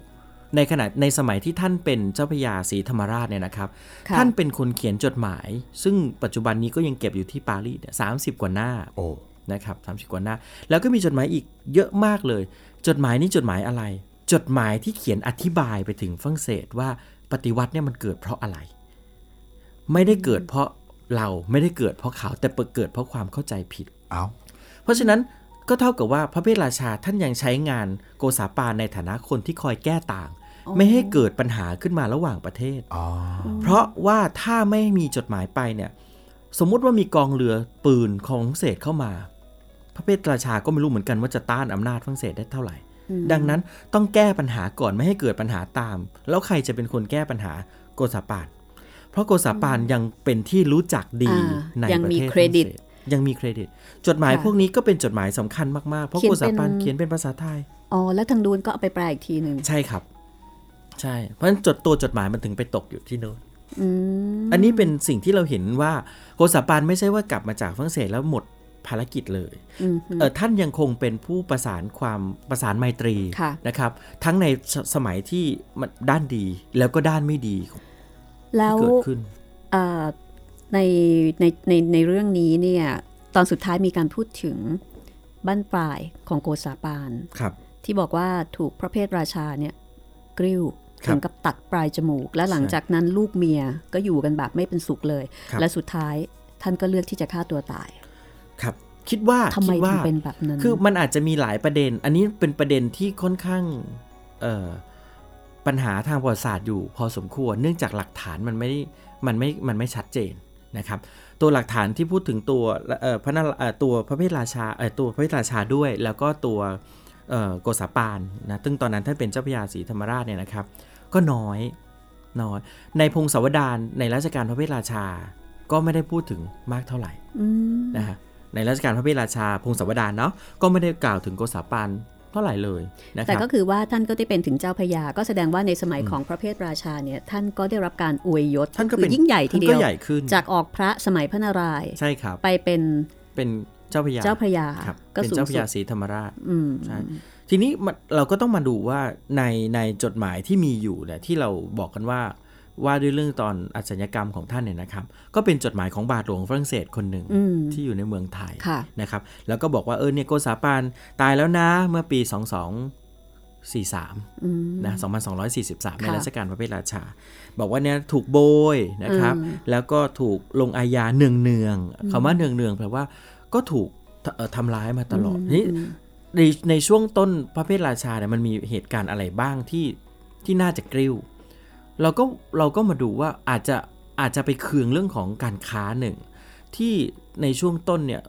D: ในขณะในสมัยที่ท่านเป็นเจ้าพระยาศรีธรรมราชเนี่ยนะครับ
C: ค่ะ
D: ท่านเป็นคนเขียนจดหมาย ซึ่งปัจจุบันนี้ก็ยังเก็บอยู่ที่ปารีสสามสิบกว่าหน้า
B: โอ้
D: นะครับสามสิบกว่าหน้า แล้วก็มีจดหมายอีกเยอะมากเลย จดหมายนี้จดหมายอะไร จดหมายที่เขียนอธิบายไปถึงฝรั่งเศสว่าปฏิวัติเนี่ยมันเกิดเพราะอะไร ไม่ได้เกิดเพราะเราไม่ได้เกิดเพราะเขาแต่เกิดเพราะความเข้าใจผิด
B: เอ้า
D: เพราะฉะนั้นก็เท่ากับว่าพระเพทราชาท่านยังใช้งานโกษาปานในฐานะคนที่คอยแก้ต่าง ไม่ให้เกิดปัญหาขึ้นมาระหว่างประเทศ
B: อ๋อ
D: เพราะว่าถ้าไม่มีจดหมายไปเนี่ย สมมุติว่ามีกองเรือปืนของฝรั่งเศสเข้ามา พระเพทราชาก็ไม่รู้เหมือนกันว่าจะต้านอำนาจฝรั่งเศสได้เท่าไหร่ ดังนั้นต้องแก้ปัญหาก่อนไม่ให้เกิดปัญหาตาม แล้วใครจะเป็นคนแก้ปัญหาโกษาปานเพราะโกษาปานยังเป็นที่รู้จักดี
C: อ่า
D: ใน
C: ยัง
D: ประ
C: มี
D: เทศ
C: เครดิต
D: ฝรั่งศสยังมีเครดิต จดหมายพวกนี้ก็เป็นจดหมายสำคัญมากๆเพราะ
C: เขียน
D: โกษาปาน
C: เป็น
D: เขียนเป็นภาษาไทย
C: อ๋อแล้วทางดูนก็เอาไปแปลอีกทีหนึ่ง
D: ใช่ครับ ใช่ เพราะฉะนั้นจดตัวจดหมายมันถึงไปตกอยู่ที่โน้น
C: อืม
D: อันนี้เป็นสิ่งที่เราเห็นว่าโกษาปานไม่ใช่ว่ากลับมาจากฝรั่งเศสแล้วหมดภารกิจเลย
C: อืม
D: เออท่านยังคงเป็นผู้ประสานความประสานไมตรี
C: ค่ะ
D: นะครับ ทั้งในสสมัยที่มันด้านดีแล้วก็ด้านไม่ดีที่
C: แล้ว
D: เกิดขึ้น
C: เอ่อในในในในเรื่องนี้เนี่ยตอนสุดท้ายมีการพูดถึงบ้านปลายของโกษาปาน
D: ครับ
C: ที่บอกว่าถูกพระเพทราชาเนี่ยกริ้ว
D: ครับ
C: ถึงกับตัดปลายจมูก และหลังจากนั้นลูกเมียก็อยู่กันแบบไม่เป็นสุขเลย
D: ครับ
C: และสุดท้ายท่านก็เลือกที่จะฆ่าตัวตาย
D: ครับ คิดว่า
C: ทำไมถึ
D: คิดว่า
C: งเป็นแบบนั้น
D: คือมันอาจจะมีหลายประเด็น อันนี้เป็นประเด็นที่ค่อนข้างเอ่อปัญหาทางประวัติศาสตร์อยู่พอสมควร เนื่องจากหลักฐานมันไม่ได้มันไม่ มันไม่ชัดเจนนะครับ ตัวหลักฐานที่พูดถึงตัวเอ่อพระนาเอ่อตัวพระเพทราชาเอ่อตัวพระเพทราชาด้วย แล้วก็ตัวเอ่อโกษาปานนะซึ่งตอนนั้นท่านเป็นเจ้าพระยาศรีธรรมราชเนี่ยนะครับ ก็น้อยน้อย ในพงศาวดารในรัชกาลพระเพทราชาก็ไม่ได้พูดถึงมากเท่าไหร่ นะฮะในรัชกาลพระพิราชาพงศาวดารเนาะก็ไม่ได้กล่าวถึงโกษาปานเท่าไหร่เลยนะค
C: แต่
D: รับ
C: ก็คือว่าท่านก็ได้เป็นถึงเจ้าพระยา ก็แสดงว่าในสมัยของพระเพทราชาเนี่ยท่านก็ได้รับการอวยยศ
D: ท่านก็
C: คือ
D: เป็น
C: ยิ่งใหญ่ทีเดี
D: ท่านก็
C: ยว
D: ใหญ่ขึ้น
C: จากออกพระสมัยพระนารายณ์
D: ใช่ครับ
C: ไปเป็น
D: เป็นเจ้าพระยา
C: เจ้าพระยา
D: ครับ
C: ก็
D: เป็น
C: สูง
D: เจ้าพระ
C: สุ
D: ยา
C: ด
D: ศรีธรรมราช
C: อืม
D: ใช่ทีนี้มันเราก็ต้องมาดูว่าในในจดหมายที่มีอยู่เนี่ยที่เราบอกกันว่าว่าด้วยเรื่องตอนอัจฉริยกรรมของท่านเนี่ยนะครับ ก็เป็นจดหมายของบาทหลวงฝรั่งเศสคนหนึ่ง
C: อืม
D: ที่อยู่ในเมืองไทย
C: ค่ะ
D: นะครับแล้วก็บอกว่าเออเนี่ยโกษาปานตายแล้วนะเมื่อปี 2243นะ2243 ใน
C: ค่ะ
D: รัชกาลพระเพทราชา บอกว่าเนี่ยถูกโบยนะครับ
C: อืม
D: แล้วก็ถูกลงอาญาเนืองเนืองๆคำว่าเนืองเนืองๆแปลว่าก็ถูกเอ่อทำร้ายมาตลอดทีนี้ในในช่วงต้นพระเพทราชาเนี่ยมันมีเหตุการณ์อะไรบ้างที่ที่น่าจะกริ้ว เราก็เราก็มาดูว่าอาจจะอาจจะไปเคืองเรื่องของการค้าหนึ่ง ที่ในช่วงต้นเนี่ย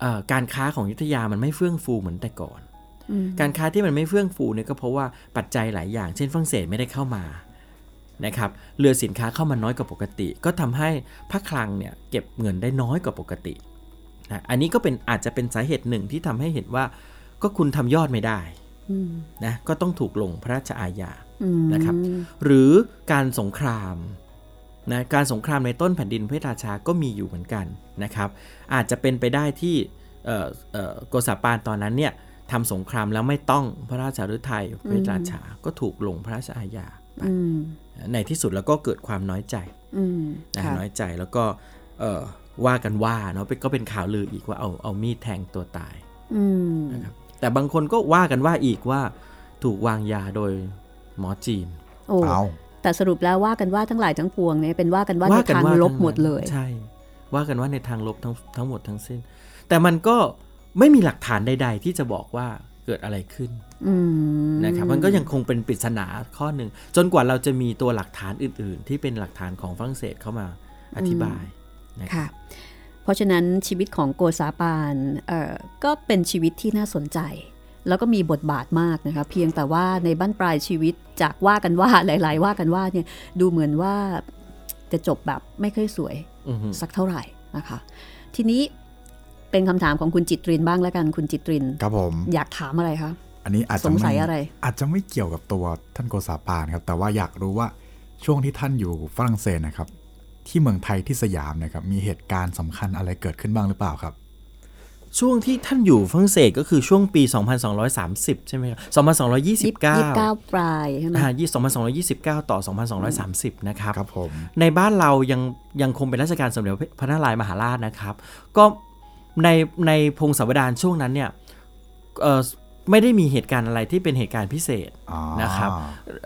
D: เอ่อการค้าของอยุทธยามันไม่เฟื่องฟูเหมือนแต่ก่อน
C: อืม
D: การค้าที่มันไม่เฟื่องฟูเนี่ยก็เพราะว่าปัจจัยหลายอย่าง เช่นฝรั่งเศสไม่ได้เข้ามานะครับเรือสินค้าเข้ามาน้อยกว่าปกติ ก็ทำให้พระคลังเนี่ยเก็บเงินได้น้อยกว่าปกตินะอันนี้ก็เป็นอาจจะเป็นสาเหตุหนึ่งที่ทำให้เห็นว่าก็คุณทำยอดไม่ได้
C: อืม
D: นะก็ต้องถูกลงพระราชอาญา
C: อืม
D: นะครับ หรือการสงครามนะการสงครามในต้นแผ่นดินพระราชาก็มีอยู่เหมือนกันนะครับอาจจะเป็นไปได้ที่เอ่อเอ่อโกษาปานตอนนั้นเนี่ยทำสงครามแล้วไม่ต้องพระราชาฤทัยพระราชาก็ถูกลงพระราชอาญาไป
C: อืม
D: ในที่สุดแล้วก็เกิดความน้อยใจ
C: อืม
D: นะ
C: ค่ะ
D: น้อยใจแล้วก็เอ่อว่ากันว่าเนาะเป็นก็เป็นข่าวลืออีกว่าเอาเอามีดแทงตัวตาย
C: อืม
D: นะครับ แต่บางคนก็ว่ากันว่าอีกว่าถูกวางยาโดยหมอจีน
C: โอ้
B: เอา
C: แต่สรุปแล้วว่ากันว่าทั้งหลายทั้งปวงเนี่ยเป็นว่ากันว่าใน
D: กั
C: ทางลบหมดเลย
D: ใช่ ว่ากันว่าในทางลบทั้งทั้งหมดทั้งสิ้น แต่มันก็ไม่มีหลักฐานใด ๆ ที่จะบอกว่าเกิดอะไรขึ้น
C: อืม
D: นะครับมันก็ยังคงเป็นปริศนาข้อหนึ่ง จนกว่าเราจะมีตัวหลักฐานอื่น ๆ ที่เป็นหลักฐานของฝรั่งเศสเข้ามาอธิบายนะ
C: ค่ะ เพราะฉะนั้นชีวิตของโกษาปานเอ่อก็เป็นชีวิตที่น่าสนใจ แล้วก็มีบทบาทมากนะคะเพียงแต่ว่าในบ้านปลายชีวิตจากว่ากันว่า หลาย ๆ ว่ากันว่าเนี่ยดูเหมือนว่าจะจบแบบไม่ค่อยสวย
D: อือฮึ
C: สักเท่าไหร่นะคะ ทีนี้เป็นคำถามของคุณจิตรินบ้างแล้วกันคุณจิตริน
B: ครับผม
C: อยากถามอะไรคะ
B: อันนี้อาจจะ
C: สงสัย
B: ม่
C: อะไร
B: อาจจะไม่เกี่ยวกับตัวท่านโกษาปานครับ แต่ว่าอยากรู้ว่าช่วงที่ท่านอยู่ฝรั่งเศสนะครับ ที่เมืองไทยที่สยามนะครับ มีเหตุการณ์สำคัญอะไรเกิดขึ้นบ้างหรือเปล่าครับ
D: ช่วงที่ท่านอยู่ฝรั่งเศสก็คือช่วงปี 2230 ใช่ไหมครับ
C: ยี่
D: 2229
C: สิบเก้าปลายใช่ไหม
D: อ่า2229 ต่อ 2230 นะครับ
B: ครับผม
D: ในบ้านเรายังยังคงเป็นราชการสมเด็จพระนารายณ์มหาราชนะครับ ก็ในในพงศาวดารช่วงนั้นเนี่ยเอ่อไม่ได้มีเหตุการณ์อะไรที่เป็นเหตุการณ์พิเศษ
B: อ๋อ
D: นะครับ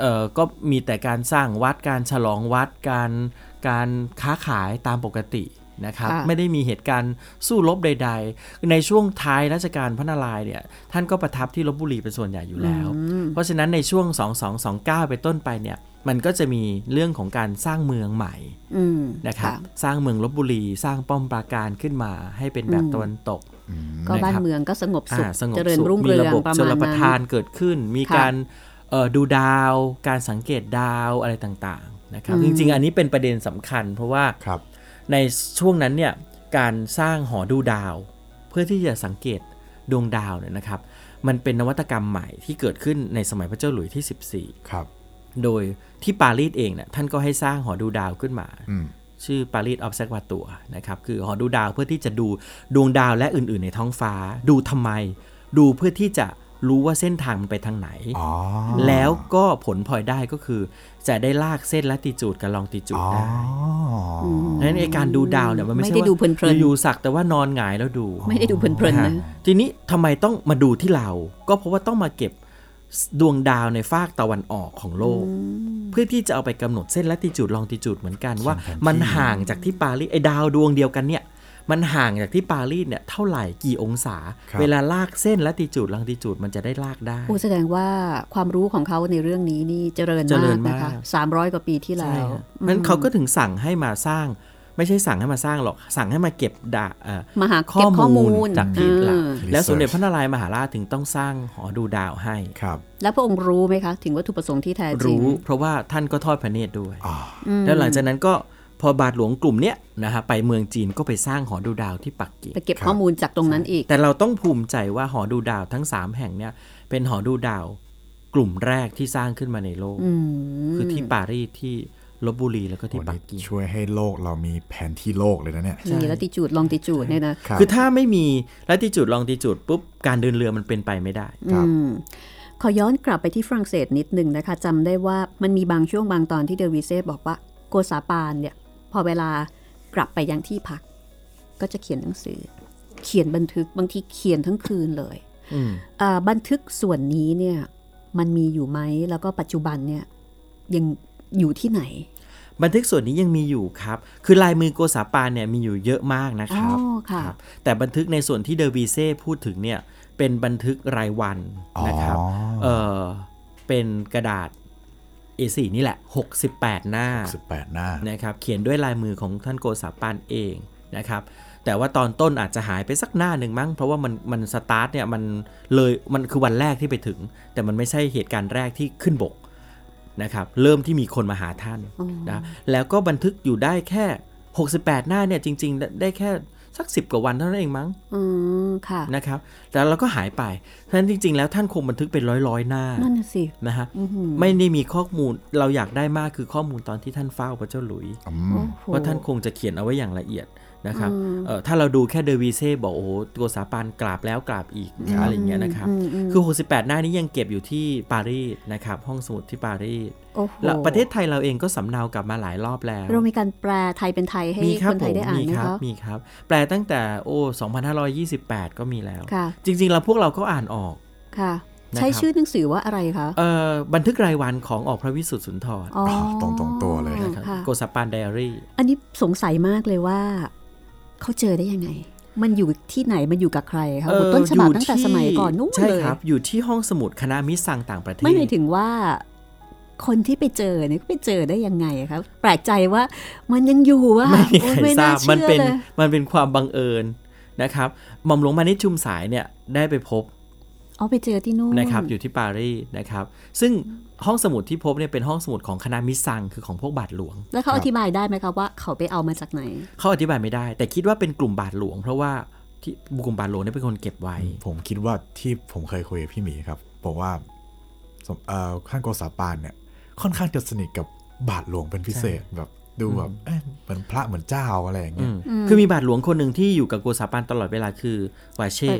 D: เอ่อก็มีแต่การสร้างวัดการฉลองวัดการการค้าขายตามปกตินะครับ ไม่ได้มีเหตุการณ์สู้รบใด ๆ ในช่วงท้ายรัชกาลพระนารายณ์เนี่ยท่านก็ประทับที่ลบบุรีเป็นส่วนใหญ่อยู่แล้ว เพราะฉะนั้นในช่วง 2229 ไปนต้นไปเนี่ยมันก็จะมีเรื่องของการสร้างเมืองใหม่
C: อืม
D: นะครับสร้างเมืองลบบุรีสร้างป้อมปราการขึ้นมาให้เป็นแบบตะวันตก
C: ก็บ้านเมืองก็สงบสุข
D: อ่าสงบ
C: เจริญ
D: สุข
C: รุ่ง
D: มี
C: เรื
D: ระ
C: อง
D: บบ
C: ประ
D: ช
C: มาณ
D: ลประ
C: นั้
D: ทาน
C: น
D: เกิดขึ้น มี
C: ค่ะ
D: การเอ่อดูดาว การสังเกตดาวอะไรต่างๆนะครับจริงๆ อันนี้เป็นประเด็นสำคัญ เพราะว่า
B: ครับ
D: ในช่วงนั้นเนี่ยการสร้างหอดูดาว เพื่อที่จะสังเกตดวงดาวเนี่ยนะครับ มันเป็นนวัตกรรมใหม่ที่เกิดขึ้นในสมัยพระเจ้าหลุยส์ที่
B: ครับ
D: 14 โดยที่ปารีสเองเนี่ยท่านก็ให้สร้างหอดูดาวขึ้นมา
B: อืม
D: ชื่อปารีสออฟเซกวาตัว นะครับ คือหอดูดาวเพื่อที่จะดูดวงดาวและอื่น ๆ ในท้องฟ้า ดูทำไม ดูเพื่อที่จะรู้ว่าเส้นทางมันไปทางไหน
B: อ๋อ
D: แล้วก็ผลพลอยได้ก็คือ จะได้ลากเส้นละติจูดกับลองติจูด
B: อ๋อ
D: ได้งั้นไอการดูดาวเนี่ยมันไม่
C: ไม่
D: ใช่
C: ได้
D: ว่า
C: ดูเพลินๆ
D: อยู่ๆสักแต่ว่านอนหงายแล้วดู
C: ไม่ได้ดูเพลินๆนะ
D: ฮทีนี้ทำไมต้องมาดูที่เรา ก็เพราะว่าต้องมาเก็บดวงดาวในฟากตะวันออกของโลก เพื่อที่จะเอาไปกำหนดเส้นละติจูดลองติจูดเหมือนกันว่า
B: สำคัญที่
D: มันห่างจากที่ปารีสไอดาวดวงเดียวกันเนี่ย มันห่างจากที่ปารีสเนี่ยเท่าไหร่กี่องศา
B: ครับ
D: เวลาลากเส้นและติจูดลังติจูดมันจะได้ลากได้
C: โอ้แสดงว่าความรู้ของเขาในเรื่องนี้นี่เจริญ
D: เจริ
C: มาก
D: ญมาก
C: นะคะสามร้อยกว่าปีที่แล้
D: ใช่
C: ว
D: ฮะนั้นเขาก็ถึงสั่งให้มาสร้าง ไม่ใช่สั่งให้มาสร้างหรอก สั่งให้มาเก็บดาเอ่อ
C: มาหา
D: ข้
C: เก็
D: อบ
C: ข้อมู
D: มู
C: ล
D: ลจากที่หลัก
C: เออ
D: แล้วสมเด็จพระนารายณ์มหาราชถึงต้องสร้างหอดูดาวให้
B: ครับ
C: แล้วพระองค์รู้ไหมคะ ถึงวัตถุประสงค์ที่แท้จริง
D: รู้เพราะว่าท่านก็ทอดพระเนตรด้วย
B: อ่า
D: แล้วหลังจากนั้นก็พอบาทหลวงกลุ่มเนี้ยนะฮะไปเมืองจีนก็ไปสร้างหอดูดาวที่ปักกิ่ง
C: ไปเก็บข้อมูลจากตรงนั้นอีก
D: แต่เราต้องภูมิใจว่าหอดูดาวทั้ง 3 แห่งเนี่ยเป็นหอดูดาวกลุ่มแรกที่สร้างขึ้นมาในโลก
C: อืม
D: คือที่ปารีสที่ลบบุรีแล้วก็ที่
B: โอ้
D: ปั
B: นี่
D: กกิ่ง
B: ช่วยให้โลกเรามีแผนที่โลกเลยนะเนี่ย
D: ใช่
C: มีแล้วติจูดลองติจูดเนี่ยนะ
B: ครับ
D: คือถ้าไม่มีและที่จุดลองที่จุดปุ๊บการเดินเรือมันเป็นไปไม่ได้
B: ครับ
C: อืมขอย้อนกลับไปที่ฝรั่งเศสนิดหนึ่งนะคะจำได้ว่ามันมีบางช่วงบางตอนที่เดอวิเซ่บอกว่าโกซาปานเนี่ย พอเวลากลับไปยังที่พัก ก็จะเขียนหนังสือ เขียนบันทึกบางทีเขียนทั้งคืนเลย
D: อืม
C: อ่าบันทึกส่วนนี้เนี่ย มันมีอยู่ไหมแล้วก็ปัจจุบันเนี่ยยังอยู่ที่ไหน
D: บันทึกส่วนนี้ยังมีอยู่ครับ คือลายมือโกษาปานเนี่ยมีอยู่เยอะมากนะครับ
C: อ๋อค่ะ
D: รับแต่บันทึกในส่วนที่เดอวีเซ่พูดถึงเนี่ยเป็นบันทึกรายวันนะครับ
B: อ๋อ
D: เออเป็นกระดาษ A4 นี่แหละ 68 หน้า
B: สิบแปดหน้า
D: นะครับ เขียนด้วยลายมือของท่านโกษาปานเองนะครับ แต่ว่าตอนต้นอาจจะหายไปสักหน้าหนึ่งมั้ง เพราะว่ามันมันสตาร์ทเนี่ยมันเลย มันคือวันแรกที่ไปถึง แต่มันไม่ใช่เหตุการณ์แรกที่ขึ้นบก นะครับเริ่มที่มีคนมาหาท่านนะแล้วก็บันทึกอยู่ได้แค่ 68 หน้าเนี่ยจริงๆได้ได้แค่สัก 10 กว่าวันเท่านั้นเองมั้ง
C: อืมค่ะ
D: นะครับแต่เราก็หายไปเพราะฉะนั้นจริง ๆ แล้วท่านคงบันทึกเป็นร้อยๆหน้า
C: นั่นน่ะสิ
D: นะฮะไม่ได้มีข้อมูลเราอยากได้มากคือข้อมูลตอนที่ท่านเฝ้าพระเจ้าหลุย
B: อื
C: โอ้
B: ม
C: โห
D: ว่าท่านคงจะเขียนเอาไว้อย่างละเอียดนะครับเอ่อถ้าเราดูแค่เดอวีเซ่บอกโอ้โหตัวสาปานกราบแล้วกราบอีกอะไรอย่างเงี้ยนะครับคือ 68 หน้านี้ยังเก็บอยู่ที่ปารีสนะครับห้องสมุดที่ปารีส
C: โอ้โห
D: แล้วประเทศไทยเราเองก็สำเนากลับมาหลายรอบแล้ว
C: เรามีการแปลไทยเป็นไทยให้
D: มีค
C: ครับ น
D: ผ
C: ไทย
D: ม
C: ได้อ่าน
D: มี
C: ไหม
D: ครั
C: คะ
D: มีครับ แปลตั้งแต่โอ้2528 ก็มีแล้ว
C: ค่ะ
D: จริงๆ แล้วพวกเราก็อ่านออก
C: ค่ะ
D: นะครับ
C: ใช้ชื่อหนังสือว่าอะไรคะ
D: เอ่อบันทึกรายวันของออกพระวิสุทธิสุนทร
C: อ๋อ
B: ตรงๆตัวเลย
D: นะครับ
C: ค่ะ
D: โกสปานไดอารี่
C: อันนี้สงสัยมากเลยว่า เขาเจอได้ยังไง มันอยู่ที่ไหนมันอยู่กับใครคะโอ้โหต้นฉบับตั้งแต่สมัยก่อนนู่น
D: ใช่
C: เลย
D: ครับ อยู่ที่ห้องสมุดคณะมิตรสังต่างประเทศ
C: ไม่หมายถึงว่า คนที่ไปเจอเนี่ยไปเจอได้ยังไงครับ แปลกใจว่ามันยังอยู่อะ
D: ไม่มี
C: โอ้
D: ใคร
C: ยไม่
D: ทรา
C: น่า
D: บ
C: เชื่
D: มัน
C: อ
D: เป็น
C: เลย
D: มันเป็นความบังเอิญนะครับหม่อมหลวงมานิชชุมสายเนี่ยได้ไปพบ
C: เอาไปเจอที่นู่น
D: นะครับอยู่ที่ปารีสนะครับซึ่งห้องสมุดที่พบเนี่ยเป็นห้องสมุดของคณะมิสซังคือของพวกบาทหลวง
C: แล้วเขาอธิบายได้ไหมครับว่าเขาไปเอามาจากไหน
D: เขาอธิบายไม่ได้ แต่คิดว่าเป็นกลุ่มบาทหลวง เพราะว่าที่กลุ่มบาทหลวงเนี่ยเป็นคนเก็บไว้
B: ผมคิดว่าที่ผมเคยคุยกับพี่หมีครับบอกว่าสมเอ่อท่านโกษาปานเนี่ย ค่อนข้างจะสนิทกับบาทหลวงเป็นพิเศษแบบดูแบบเอ๊ะเหมือนพระเหมือนเจ้าอะไรอย่างเงี้ย
D: อืมคือมีบาทหลวงคนหนึ่งที่อยู่กับโกซาปานตลอดเวลาคือวาเช่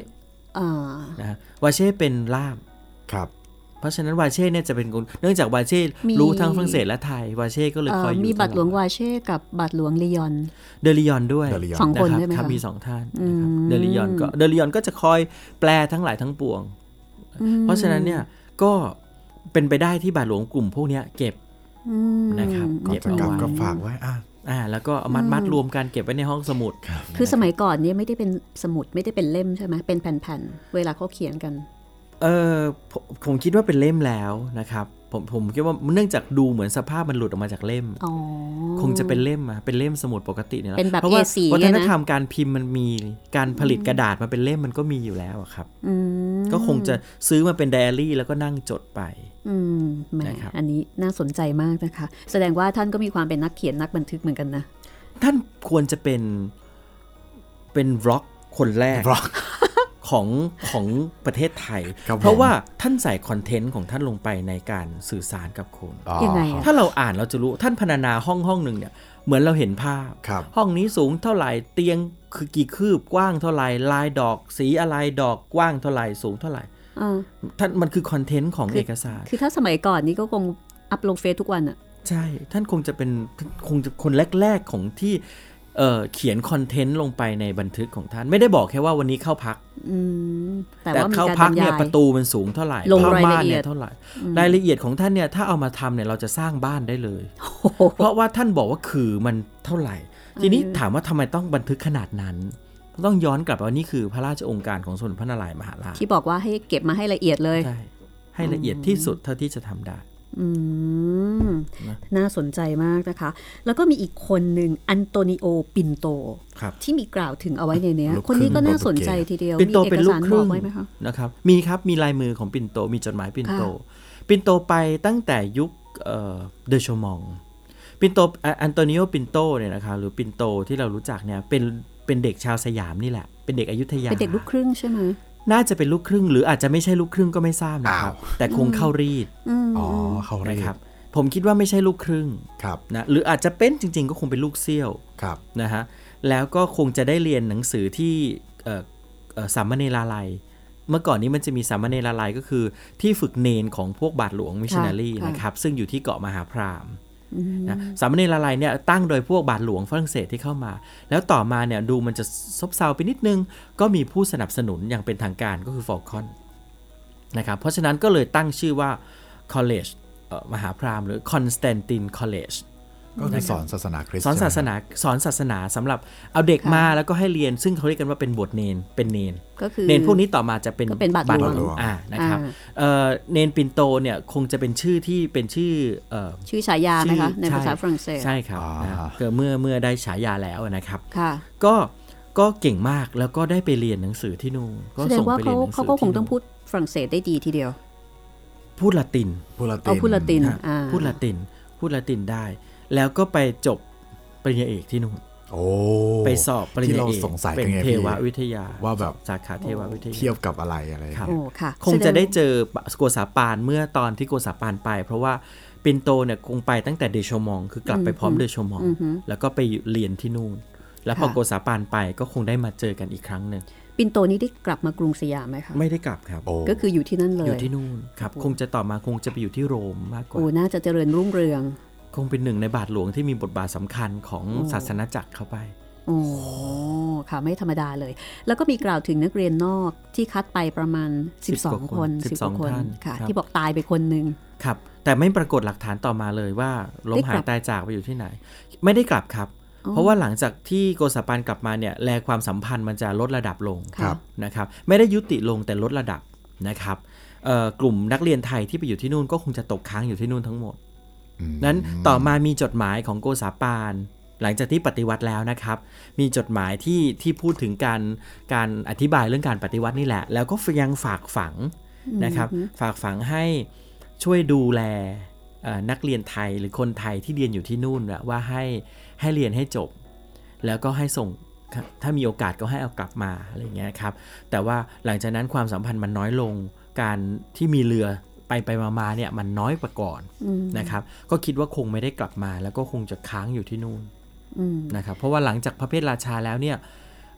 C: เอ่อ อ่า
D: นะฮะวาเช่เป็นล่าม
B: ครับ
D: เพราะฉะนั้นวาเช่เนี่ยจะเป็นคนเนื่องจากวาเช่รู้ทั้งฝรั่งเศสและไทยวาเช่ก็เลย
C: เอ่
D: คอ
C: อย
D: อยู่
C: มีบัตรหลวง
D: ตอด
C: วาเช่กับบัตรหลวงลียอน
D: เดลิยอนด้วย
B: เดลิยอน
C: สองคน
D: รับ
C: ใช่ไหม
D: รับ
C: คะ
D: มีสองท่านนะครับเดลิยอนก็เดลิยอนก็จะคอยแปลทั้งหลายทั้งปวง
C: อืม
D: เพราะฉะนั้นเนี่ยก็เป็นไปได้ที่บาทหลวงกลุ่มพวกเนี้ยเก็บ
C: อืม
D: นะครับ
B: ก่อน
D: เบ
B: จะกลับ
D: เอาไว้
B: ก็ฝากไว้อ่ะ
D: อ่าแล้วก็เอามัดมัดรวมกันเก็บไว้ในห้องสมุด
C: คือสมัยก่อนเนี่ยไม่ได้เป็นสมุดไม่ได้เป็นเล่มใช่ไหมเป็นแผ่นๆ เวลาเขาเขียนกัน
D: เออผมผมคิดว่าเป็นเล่มแล้วนะครับผมผมคิดว่าเนื่องจากดูเหมือนสภาพมันหลุดออกมาจากเล่ม
C: อ๋อ
D: คงจะเป็นเล่มอะเป็นเล่มสมุดปกติเนี่ยหละ
C: เป็นแบบ
D: เพราะว่า
C: A4
D: วั
C: เนี่
D: ฒ
C: ยนะ
D: นธรรมการพิมพ์มันมีการผลิตกระดาษมาเป็นเล่มมันก็มีอยู่แล้วอะครับ
C: อืม
D: ก็คงจะซื้อมาเป็นไดอารี่แล้วก็นั่งจดไป
C: อืมแหม
D: นะครับ
C: อันนี้น่าสนใจมากนะคะ แสดงว่าท่านก็มีความเป็นนักเขียนนักบันทึกเหมือนกันนะ
D: ท่านควรจะเป็นเป็นบล็อกคนแรก
B: Vlog
D: ของของประเทศไทย
B: ครับผม
D: เพราะว่าท่านใส่คอนเทนต์ของท่านลงไปในการสื่อสารกับคน
B: อ๋อ
C: ยังไงอะ
D: ถ้าเราอ่านเราจะรู้ท่านพรรณนาห้องห้องหนึ่งเนี่ยเหมือนเราเห็นภาพ
B: ครับ
D: ห้องนี้สูงเท่าไหร่เตียงคือกี่คืบกว้างเท่าไหร่ลายดอก สีอะไรดอกกว้างเท่าไหร่สูงเท่าไหร่
C: อ่า
D: ท่านมันคือคอนเทนต์ของเอกสาร
C: คือถ้าสมัยก่อนนี่ก็คงอัพลงเฟซทุกวันอะ
D: ใช่ ท่านคงจะเป็นคงจะคนแรก ๆ ของที่เอ่อเขียนคอนเทนต์ลงไปในบันทึกของท่าน ไม่ได้บอกแค่ว่าวันนี้เข้าพัก
C: อืมแต่
D: แต่
C: ว่ามี
D: เข้า
C: การ
D: พั
C: บร
D: กเนี่
C: รา
D: ย
C: ย ย
D: ประตูมันสูงเท่าไหร่
C: ลง
D: ผ้
C: ราย
D: ม่
C: ละ
D: น
C: เอีย
D: เนี่
C: ด
D: ยเท่าไหร่รายละเอียดของท่านเนี่ยถ้าเอามาทำเนี่ยเราจะสร้างบ้านได้เลย
C: โอ้โห
D: เพราะว่าท่านบอกว่าคือมันเท่าไหร่ ทีนี้ถามว่าทำไมต้องบันทึกขนาดนั้น ต้องย้อนกลับว่านี่คือพระราชองค์การของสมเด็จพระนารายณ์มหาราช
C: ที่บอกว่าให้เก็บมาให้ละเอียดเลย
D: ใช่ให้ละเอียดที่สุดเท่าที่จะทำได้
C: อืม
D: นะ
C: น่าสนใจมากนะคะ แล้วก็มีอีกคนหนึ่งอันโตนิโอปินโต
D: ครับ
C: ที่มีกล่าวถึงเอาไว้ในเนี้ย
B: ลูกครึ่ง
C: คนนี้ก็น่า
B: โปรตุเกส
C: สนใจทีเดียว
D: ปินโต
C: มี
D: เป็น
C: อก
D: ลู
C: สากร
D: ครึ่
C: บอก
D: ง
C: ไว้ไหมคะ
D: นะครับ มีครับ มีลายมือของปินโต มีจดหมายปินโต
C: ค่ะ
D: ปินโตไปตั้งแต่ยุคเอ่อเดชมอง ปินโตอ่ะอันโตนิโอปินโตเนี่ยนะคะหรือปินโตที่เรารู้จักเนี่ยเป็นเป็นเด็กชาวสยามนี่แหละ เป็นเด็กอยุธยา
C: เป็นเด็กลูกครึ่งใช่ไหม
D: น่าจะเป็นลูกครึ่ง หรืออาจจะไม่ใช่ลูกครึ่งก็ไม่ทราบนะครับ แต่คงเข้ารีด
C: อืม
B: อ๋อเขาเรี
D: นะ
B: ย
D: ครับ
B: ก
D: ผมคิดว่าไม่ใช่ลูกครึ่ง
B: ครับ
D: นะหรืออาจจะเป็นจริง ๆ ก็คงเป็นลูกเซี่ยว
B: ครับ
D: นะฮะแล้วก็คงจะได้เรียนหนังสือที่เอ่อเอ่อสามเณราลัย เมื่อก่อนนี้มันจะมีสามเณราลัยก็คือที่ฝึกเนนของพวกบาทหลวงมิชชันนารีนะครับซึ่งอยู่ที่เกาะมหาพราหมณ์นะสามเณราลัยเนี่ยตั้งโดยพวกบาทหลวงฝรั่งเศสที่เข้ามา แล้วต่อมาเนี่ยดูมันจะซบเซาไปนิดนึง ก็มีผู้สนับสนุนอย่างเป็นทางการก็คือฟอลคอนนะครับเพราะฉะนั้นก็เลยตั้งชื่อว่า College เอ่อมหาพราหมณ์หรือ Constantine College
B: ก็คือสอนศาสนาคริสต์
D: สอนศาส
B: ใช่ไหม
D: นาสอนศาสนาสำหรับเอาเด็กมาแล้วก็ให้เรียนซึ่งเขาเรียกกันว่าเป็นบทเนนเป็นเนน
C: ก็คือ
D: เนนพวกนี้ต่อมาจะเป็น
C: ก็เป็นบาทหล
B: บา
C: วง
B: ทหลวง
D: อ่านะครับ
C: อ่า
D: เอ่อเนนปินโตเนี่ยคงจะเป็นชื่อที่เป็นชื่อเอ่อ
C: ชื่อฉายาไหมคะ
D: ชื่อ
C: ในภาษา
D: ใช่
C: ฝรั่งเศส
D: ใช่ครับ
B: อ่าน
D: ะครับก็เมื่อเมื่อได้ฉายาแล้วนะครับ
C: ค่ะ
D: ก็ก็เก่งมากแล้วก็ได้ไปเรียนหนังสือที่นู่นก็
C: แสดง
D: ส่ง
C: ว่า
D: ไปเรี
C: เขา
D: ยนหนังสื
C: เขาก็คง
D: ที่
C: ต้อ
D: นู่
C: ง
D: น
C: พูดฝรั่งเศสได้ดีทีเดียว
D: พูดละติน
B: พูดละติน
C: เอาพูดละติน
D: ฮะ
C: อ่า
D: พูดละตินพูดละตินได้ แล้วก็ไปจบปริญญาเอกที่นู่น
B: โอ้
D: ไปสอบปริญ
B: ที่
D: ญา
B: เรา
D: เอก
B: สงสัย
D: เป็
B: กัน นไง
D: เท
B: พี่
D: ววิทยา
B: ว่าแบบ
D: สาขาเทววิทยา
B: เทียบกับอะไรอะไร
D: ครับ
C: โอ้ค่ะ
D: คงจะได้
C: แส
D: เจอโกษาปานเมื่อตอนที่โกษาปานไป เพราะว่าปินโตเนี่ยคงไปตั้งแต่เดโชมอง คือกลับไปพร้อมเดโชมอง แล้วก็ไปเรียนที่นู่น แล้วพอโกษาปานไปก็คงได้มาเจอกันอีกครั้งหนึ่ง
C: งปินโตนี้ได้กลับมากรุงสยามไหมคะ
D: ไม่ได้กลับครับ
B: โอ้
C: ก็คืออยู่ที่นั่นเล
D: อยู่
C: ย
D: ที่นู่นครับคงจะต่อมาคงจะไปอยู่ที่โรมมากกว่า
C: โอ้ น่าจะเจริญรุ่งเรือง
D: คงเป็นหนึ่งในบาทหลวงที่มีบทบาทสำคัญของศาสนาจักรเข้าไป
C: โอ้ค่ะ ไม่ธรรมดาเลย แล้วก็มีกล่าวถึงนักเรียนนอกที่คัดไปประมาณ
D: กว่า
C: 12
D: ค
C: คน น
D: สิบสอง
C: 10คน
D: ท่าน
C: ค่ะ
D: ครับ
C: ที่บอกตายไปคนหนึ่ง
D: ครับแต่ไม่ปรากฏหลักฐานต่อมาเลยว่าล้มหา
C: ได้กลั
D: ย
C: บ
D: ตายจากไปอยู่ที่ไหน ไม่ได้กลับครับ เพราะว่าหลังจากที่โกษาปานกลับมาเนี่ยแลความสัมพันธ์มันจะลดระดับลง
B: ค
C: ค่ะ
B: รับ
D: นะครับไม่ได้ยุติลงแต่ลดระดับนะครับเอ่อกลุ่มนักเรียนไทยที่ไปอยู่ที่นู่นก็คงจะตกค้างอยู่ที่นู่นทั้งหมด
B: อืม
D: นั้นต่อมามีจดหมายของโกษาปาน หลังจากที่ปฏิวัติแล้วนะครับ มีจดหมายที่ที่พูดถึงการการอธิบายเรื่องการปฏิวัตินี่แหละ แล้วก็ยังฝากฝังนะครับ ฝากฝังให้ช่วยดูแลเอ่อนักเรียนไทยหรือคนไทยที่เรียนอยู่ที่นู่นน่ะว่าให้ให้เรียนให้จบ แล้วก็ให้ส่งถ้ามีโอกาสก็ให้เอากลับมาอะไรอย่างเงี้ยครับ แต่ว่าหลังจากนั้นความสัมพันธ์มันน้อยลง การที่มีเรือไปไปมามาเนี่ยมันน้อยกว่าก่อนนะครับ ก็คิดว่าคงไม่ได้กลับมา แล้วก็คงจะค้างอยู่ที่นู่น
C: อืม
D: นะครับ เพราะว่าหลังจากพระเพทราชาแล้วเนี่ย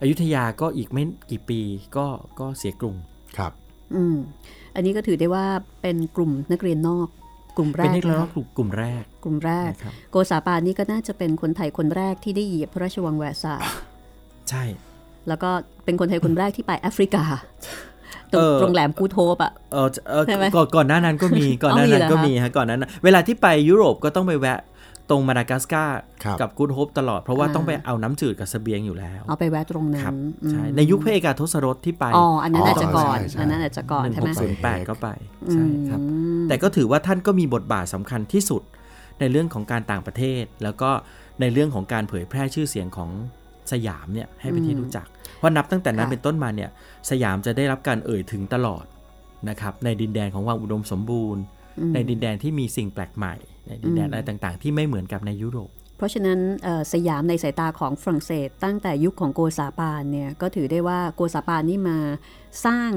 D: อยุธยาก็อีกไม่กี่ปีก็ก็เสียกรุง
B: ครับ
C: อืม อันนี้ก็ถือได้ว่าเป็นกลุ่มนักเรียนนอก กลุ่มแร
D: เป็น
C: ก
D: นัก
C: นะ
D: ร้อง
C: คะ
D: กลุ่มกลุ่มแรก
C: กลุ่มแรก
D: นะครับ
C: โกษาปานนี่ก็น่าจะเป็นคนไทยคนแรกที่ได้เหยียบพระราชวังแวร์ซายน์
D: ใช่
C: แล้วก็เป็นคนไทยคนแรกที่ไปแอฟริกา ตร
D: เอง อ
C: ตรงแหลมกูโทปอ่ะ
D: เออเออ
C: ใช่ไหม
D: ก่อนก่อนหน้านั้นก็ มีก่อนหน้า
C: เอามี
D: นั้น
C: เหรอ
D: ก็
C: คะ
D: มีฮะก่อนหนานั้นเวลาที่ไปยุโรปก็ต้องไปแวะตรงมาดากัสการ์
B: ครับ
D: กับกูดโฮปตลอดเพราะว่าต้องไปเอาน้ำจืดกับเสบียงอยู่แล้ว
C: เอาไปแวะตรงนั้
D: ครับ
C: นอืม
D: ใช่ในยุคพระเอกาทศรสที่ไป
C: อ๋ออันนั้น
B: อ๋อ
C: อาจจะก่อน
B: ใช่ใช่
C: อันนั้นอาจจะก่อนใช่ไหม
B: 16
D: 1608 ก็ไปใช่ครับ แต่ก็ถือว่าท่านก็มีบทบาทสำคัญที่สุดในเรื่องของการต่างประเทศ แล้วก็ในเรื่องของการเผยแพร่ชื่อเสียงของสยามเนี่ยให้เป็นที่รู้จัก เพราะนับตั้งแต่นั้นเป็นต้นมาเนี่ยสยามจะได้รับการเอ่ยถึงตลอดนะครับในดินแดนของความอุดมสมบูรณ์ ในดินแดนที่มีสิ่งแปลกใหม่ ในดินแดนอะไรต่างๆ ที่ไม่เหมือนกับในยุโรป
C: เพราะฉะนั้นเอ่อสยามในสายตาของฝรั่งเศส ตั้งแต่ยุคของโกซาปานเนี่ยก็ถือได้ว่าโกซาปานนี่มาสร้าง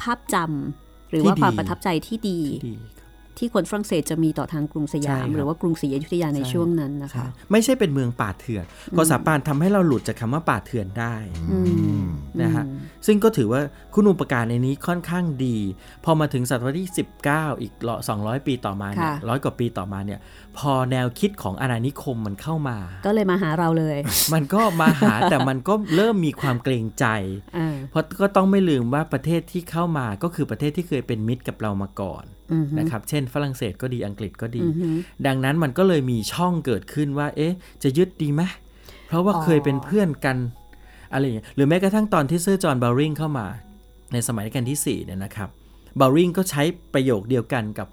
C: ภาพจำหรือว่า
D: ที่ดี
C: ความประทับใจที่ดี
D: ดีครับ
C: ที่คนฝรั่งเศสจะมีต่อทางกรุงสยาม
D: ใช่ครับ
C: หรือว่ากรุงศรีอยุธยาในช่วงนั้นนะคะ
D: ไม่ใช่เป็นเมืองป่าเถื่อนโกษาปานทำให้เราหลุดจากคำว่าป่าเถื่อนได้
C: อืม
D: นะฮะซึ่งก็ถือว่าคุณอุปการในนี้ค่อนข้างดี พอมาถึงศตวรรษที่ 19 อีกละ200 ปีต่อมาเนี่ย
C: ค่ะ
D: ร้อยกว่าปีต่อมาเนี่ยพอแนวคิดของอาณานิคมมันเข้ามา
C: ก็เลยมาหาเราเลย
D: มันก็มาหา แต่มันก็เริ่มมีความเกรงใจ
C: อ่า
D: เพราะก็ต้องไม่ลืมว่าประเทศที่เข้ามาก็คือประเทศที่เคยเป็นมิตรกับเรามาก่อนนะครับเช่นฝรั่งเศสก็ดีอังกฤษก็ดี ดังนั้นมันก็เลยมีช่องเกิดขึ้นว่า เอ๊ะ จะยึดดีไหม เพราะว่า
C: อ๋อ
D: เคยเป็นเพื่อนกันอะไรอย่างเงี้ยหรือแม้กระทั่งตอนที่เซอร์จอห์นบาวริงเข้ามา ในสมัยรัชกันที่4เนี่ยนะครับบาวริงก็ใช้ประโยคเดียวกันกับ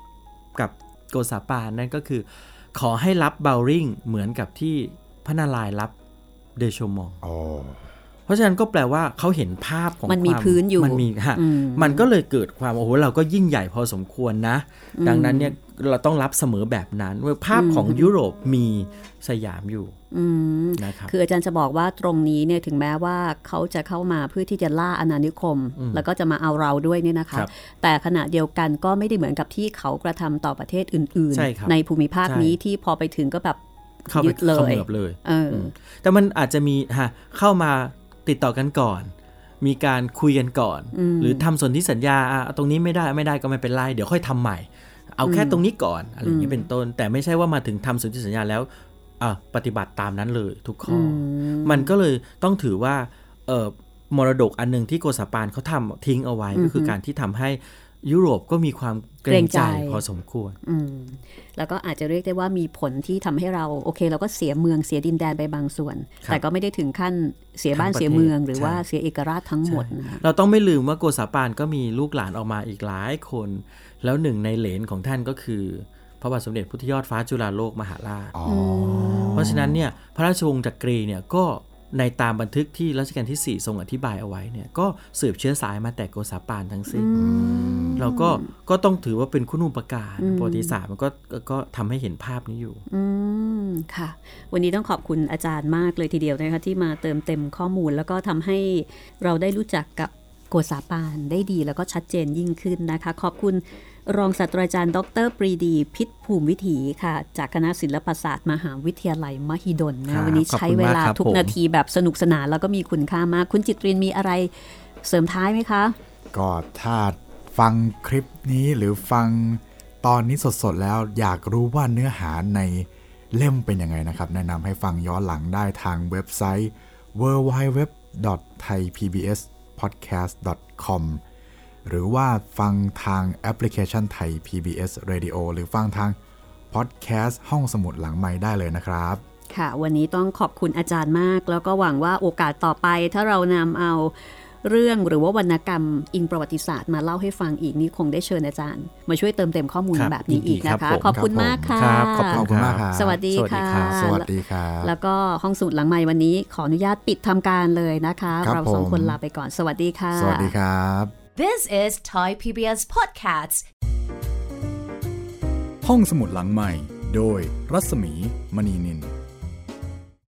D: กับโกซาปานนั่นก็คือ ขอให้รับบาวริงเหมือนกับที่พระนารายณ์รับเดโชมอง
B: อ๋อ
D: เพราะฉะนั้นก็แปลว่าเขาเห็นภาพของ
C: มันมี
D: ควา
C: พื้นอยู่
D: มันมีฮะ
C: อืม
D: มันก็เลยเกิดความโอ้โหเราก็ยิ่งใหญ่พอสมควรนะ ดังนั้นเนี่ยเราต้องรับเสมอแบบนั้นว่าภาพของยุโรปมีสยามอยู่
C: อืม
D: นะครับ
C: คืออาจารย์จะบอกว่าตรงนี้เนี่ยถึงแม้ว่าเขาจะเข้ามาเพื่อที่จะล่าอาณานิคม แล้วก็จะมาเอาเราด้วยเนี่ยนะคะ
D: ครับ
C: แต่ขณะเดียวกันก็ไม่ได้เหมือนกับที่เขากระทำต่อประเทศอื่น
D: ใช่ครับ
C: ๆ ในภูมิภาค
D: ใช่
C: นี้ที่พอไปถึงก็แบบ
D: เข้าไป
C: ยึดเล
D: เข
C: ย
D: มือบเลย
C: เอออ
D: แต่มันอาจจะมีฮะเข้ามาติดต่อกันก่อน มีการคุยกันก่อน หรือทำสนธิสัญญาอ่ะตรงนี้ไม่ได้ไม่ได้ก็ไม่เป็นไร เดี๋ยวค่อยทำใหม่ เอาแค่ตรงนี้ก่อนอะไรอย่างนี้เป็นต้น แต่ไม่ใช่ว่ามาถึงทำสนธิสัญญาแล้วอ่ะปฏิบัติตามนั้นเลยทุกข้ออมันก็เลยต้องถือว่าเออมรดกอันหนึ่งที่โกษาปานเขาทำทิ้งเอาไว้ก็คือการที่ทำให้ยุโรปก็มีความเกรงใจ
C: เกรงใจ
D: พอสมควร
C: อืมแล้วก็อาจจะเรียกได้ว่ามีผลที่ทำให้เราโอเค เราก็เสียเมืองเสียดินแดนไปบางส่วน
D: ครับ
C: แต่ก็ไม่ได้ถึงขั้นเสียบ้าน
D: ทั้งประเทศ
C: เสียเมืองหรือ
D: ใช่
C: ว่าเสียเอกราชทั้งหมดนะคะ
D: เราต้องไม่ลืมว่าโกษาปานก็มีลูกหลานออกมาอีกหลายคน แล้วหนึ่งในเหลนของท่านก็คือ พระบาทสมเด็จพุทธยอดฟ้าจุฬาโลกมหาราช
B: อ๋อ
D: เพราะฉะนั้นเนี่ยพระราชวงศ์จักรีเนี่ยก็ในตามบันทึกที่รัชกาลที่ 4 ทรงอธิบายเอาไว้เนี่ยก็สืบเชื้อสายมาแต่โกษาปานทั้งสิ้น เราก็ก็ต้องถือว่าเป็นคุณูปการประวัติศาสตร์มันก็ก็ก็ทำให้เห็นภาพนี้อยู่
C: อืมค่ะ วันนี้ต้องขอบคุณอาจารย์มากเลยทีเดียวนะคะที่มาเติมเต็มข้อมูล แล้วก็ทำให้เราได้รู้จักกับโกษาปานได้ดีแล้วก็ชัดเจนยิ่งขึ้นนะคะ ขอบคุณรองศาสตราจารย์ ดรปรีดี พิษภูมิวิถีค่ะ จากคณะศิลปศาสตร์ มหาวิทยาลัยมหิดล
D: ครั
C: นะ
D: บ
C: วันนี้
D: ขอบ
C: ใช้
D: คุณ
C: เว
D: มาก
C: ลา
D: ครับ
C: ทุก
D: ผม
C: นาทีแบบสนุกสนานแล้วก็มีคุณค่ามาก คุณจิตรินมีอะไรเสริมท้ายไหมคะ
B: ก็ถ้าฟังคลิปนี้หรือฟังตอนนี้สดๆ แล้วอยากรู้ว่าเนื้อหาในเล่มเป็นยังไงนะครับ แนะนำให้ฟังย้อนหลังได้ทางเว็บไซต์ www.thaipbspodcast.com หรือว่าฟังทางแอปพลิเคชันไทย PBS Radio หรือฟังทางพอดแคสต์ห้องสมุดหลังไม้ได้เลยนะครับ
C: ค่ะ วันนี้ต้องขอบคุณอาจารย์มาก แล้วก็หวังว่าโอกาสต่อไป ถ้าเรานำเอาเรื่องหรือว่าวรรณกรรมอิงประวัติศาสตร์มาเล่าให้ฟังอีกนี่คงได้เชิญอาจารย์ มาช่วยเติมเต็มข้อมูล
D: ครับ
C: แบบนี้
D: ยินดี
C: อีกนะ
D: ค
C: คะ
D: รับผม
C: ขอบคุณมากค่ะ
D: ครับขอบ
B: ขอบคุ
D: คุณ
B: มาม
D: ณาก ก
B: ค
D: ค
B: รั
D: รับ บ
C: สวัสดี
D: สวัสดี
C: ค่ะ
D: ครับ
B: สวัสดีครับ
C: แล้วก็ห้องสูตรหลังใหม่วันนี้ ขออนุญาตปิดทำการเลยนะคะ
B: ครับ
C: เราสอง
B: ผม
C: คนลาไปก่อน สวัสดีค่ะ
B: สวัสดีครับ
A: This is Thai PBS Podcasts.
B: ห้องสมุดหลังใหม่ โดยรัศมีมณีนินทร์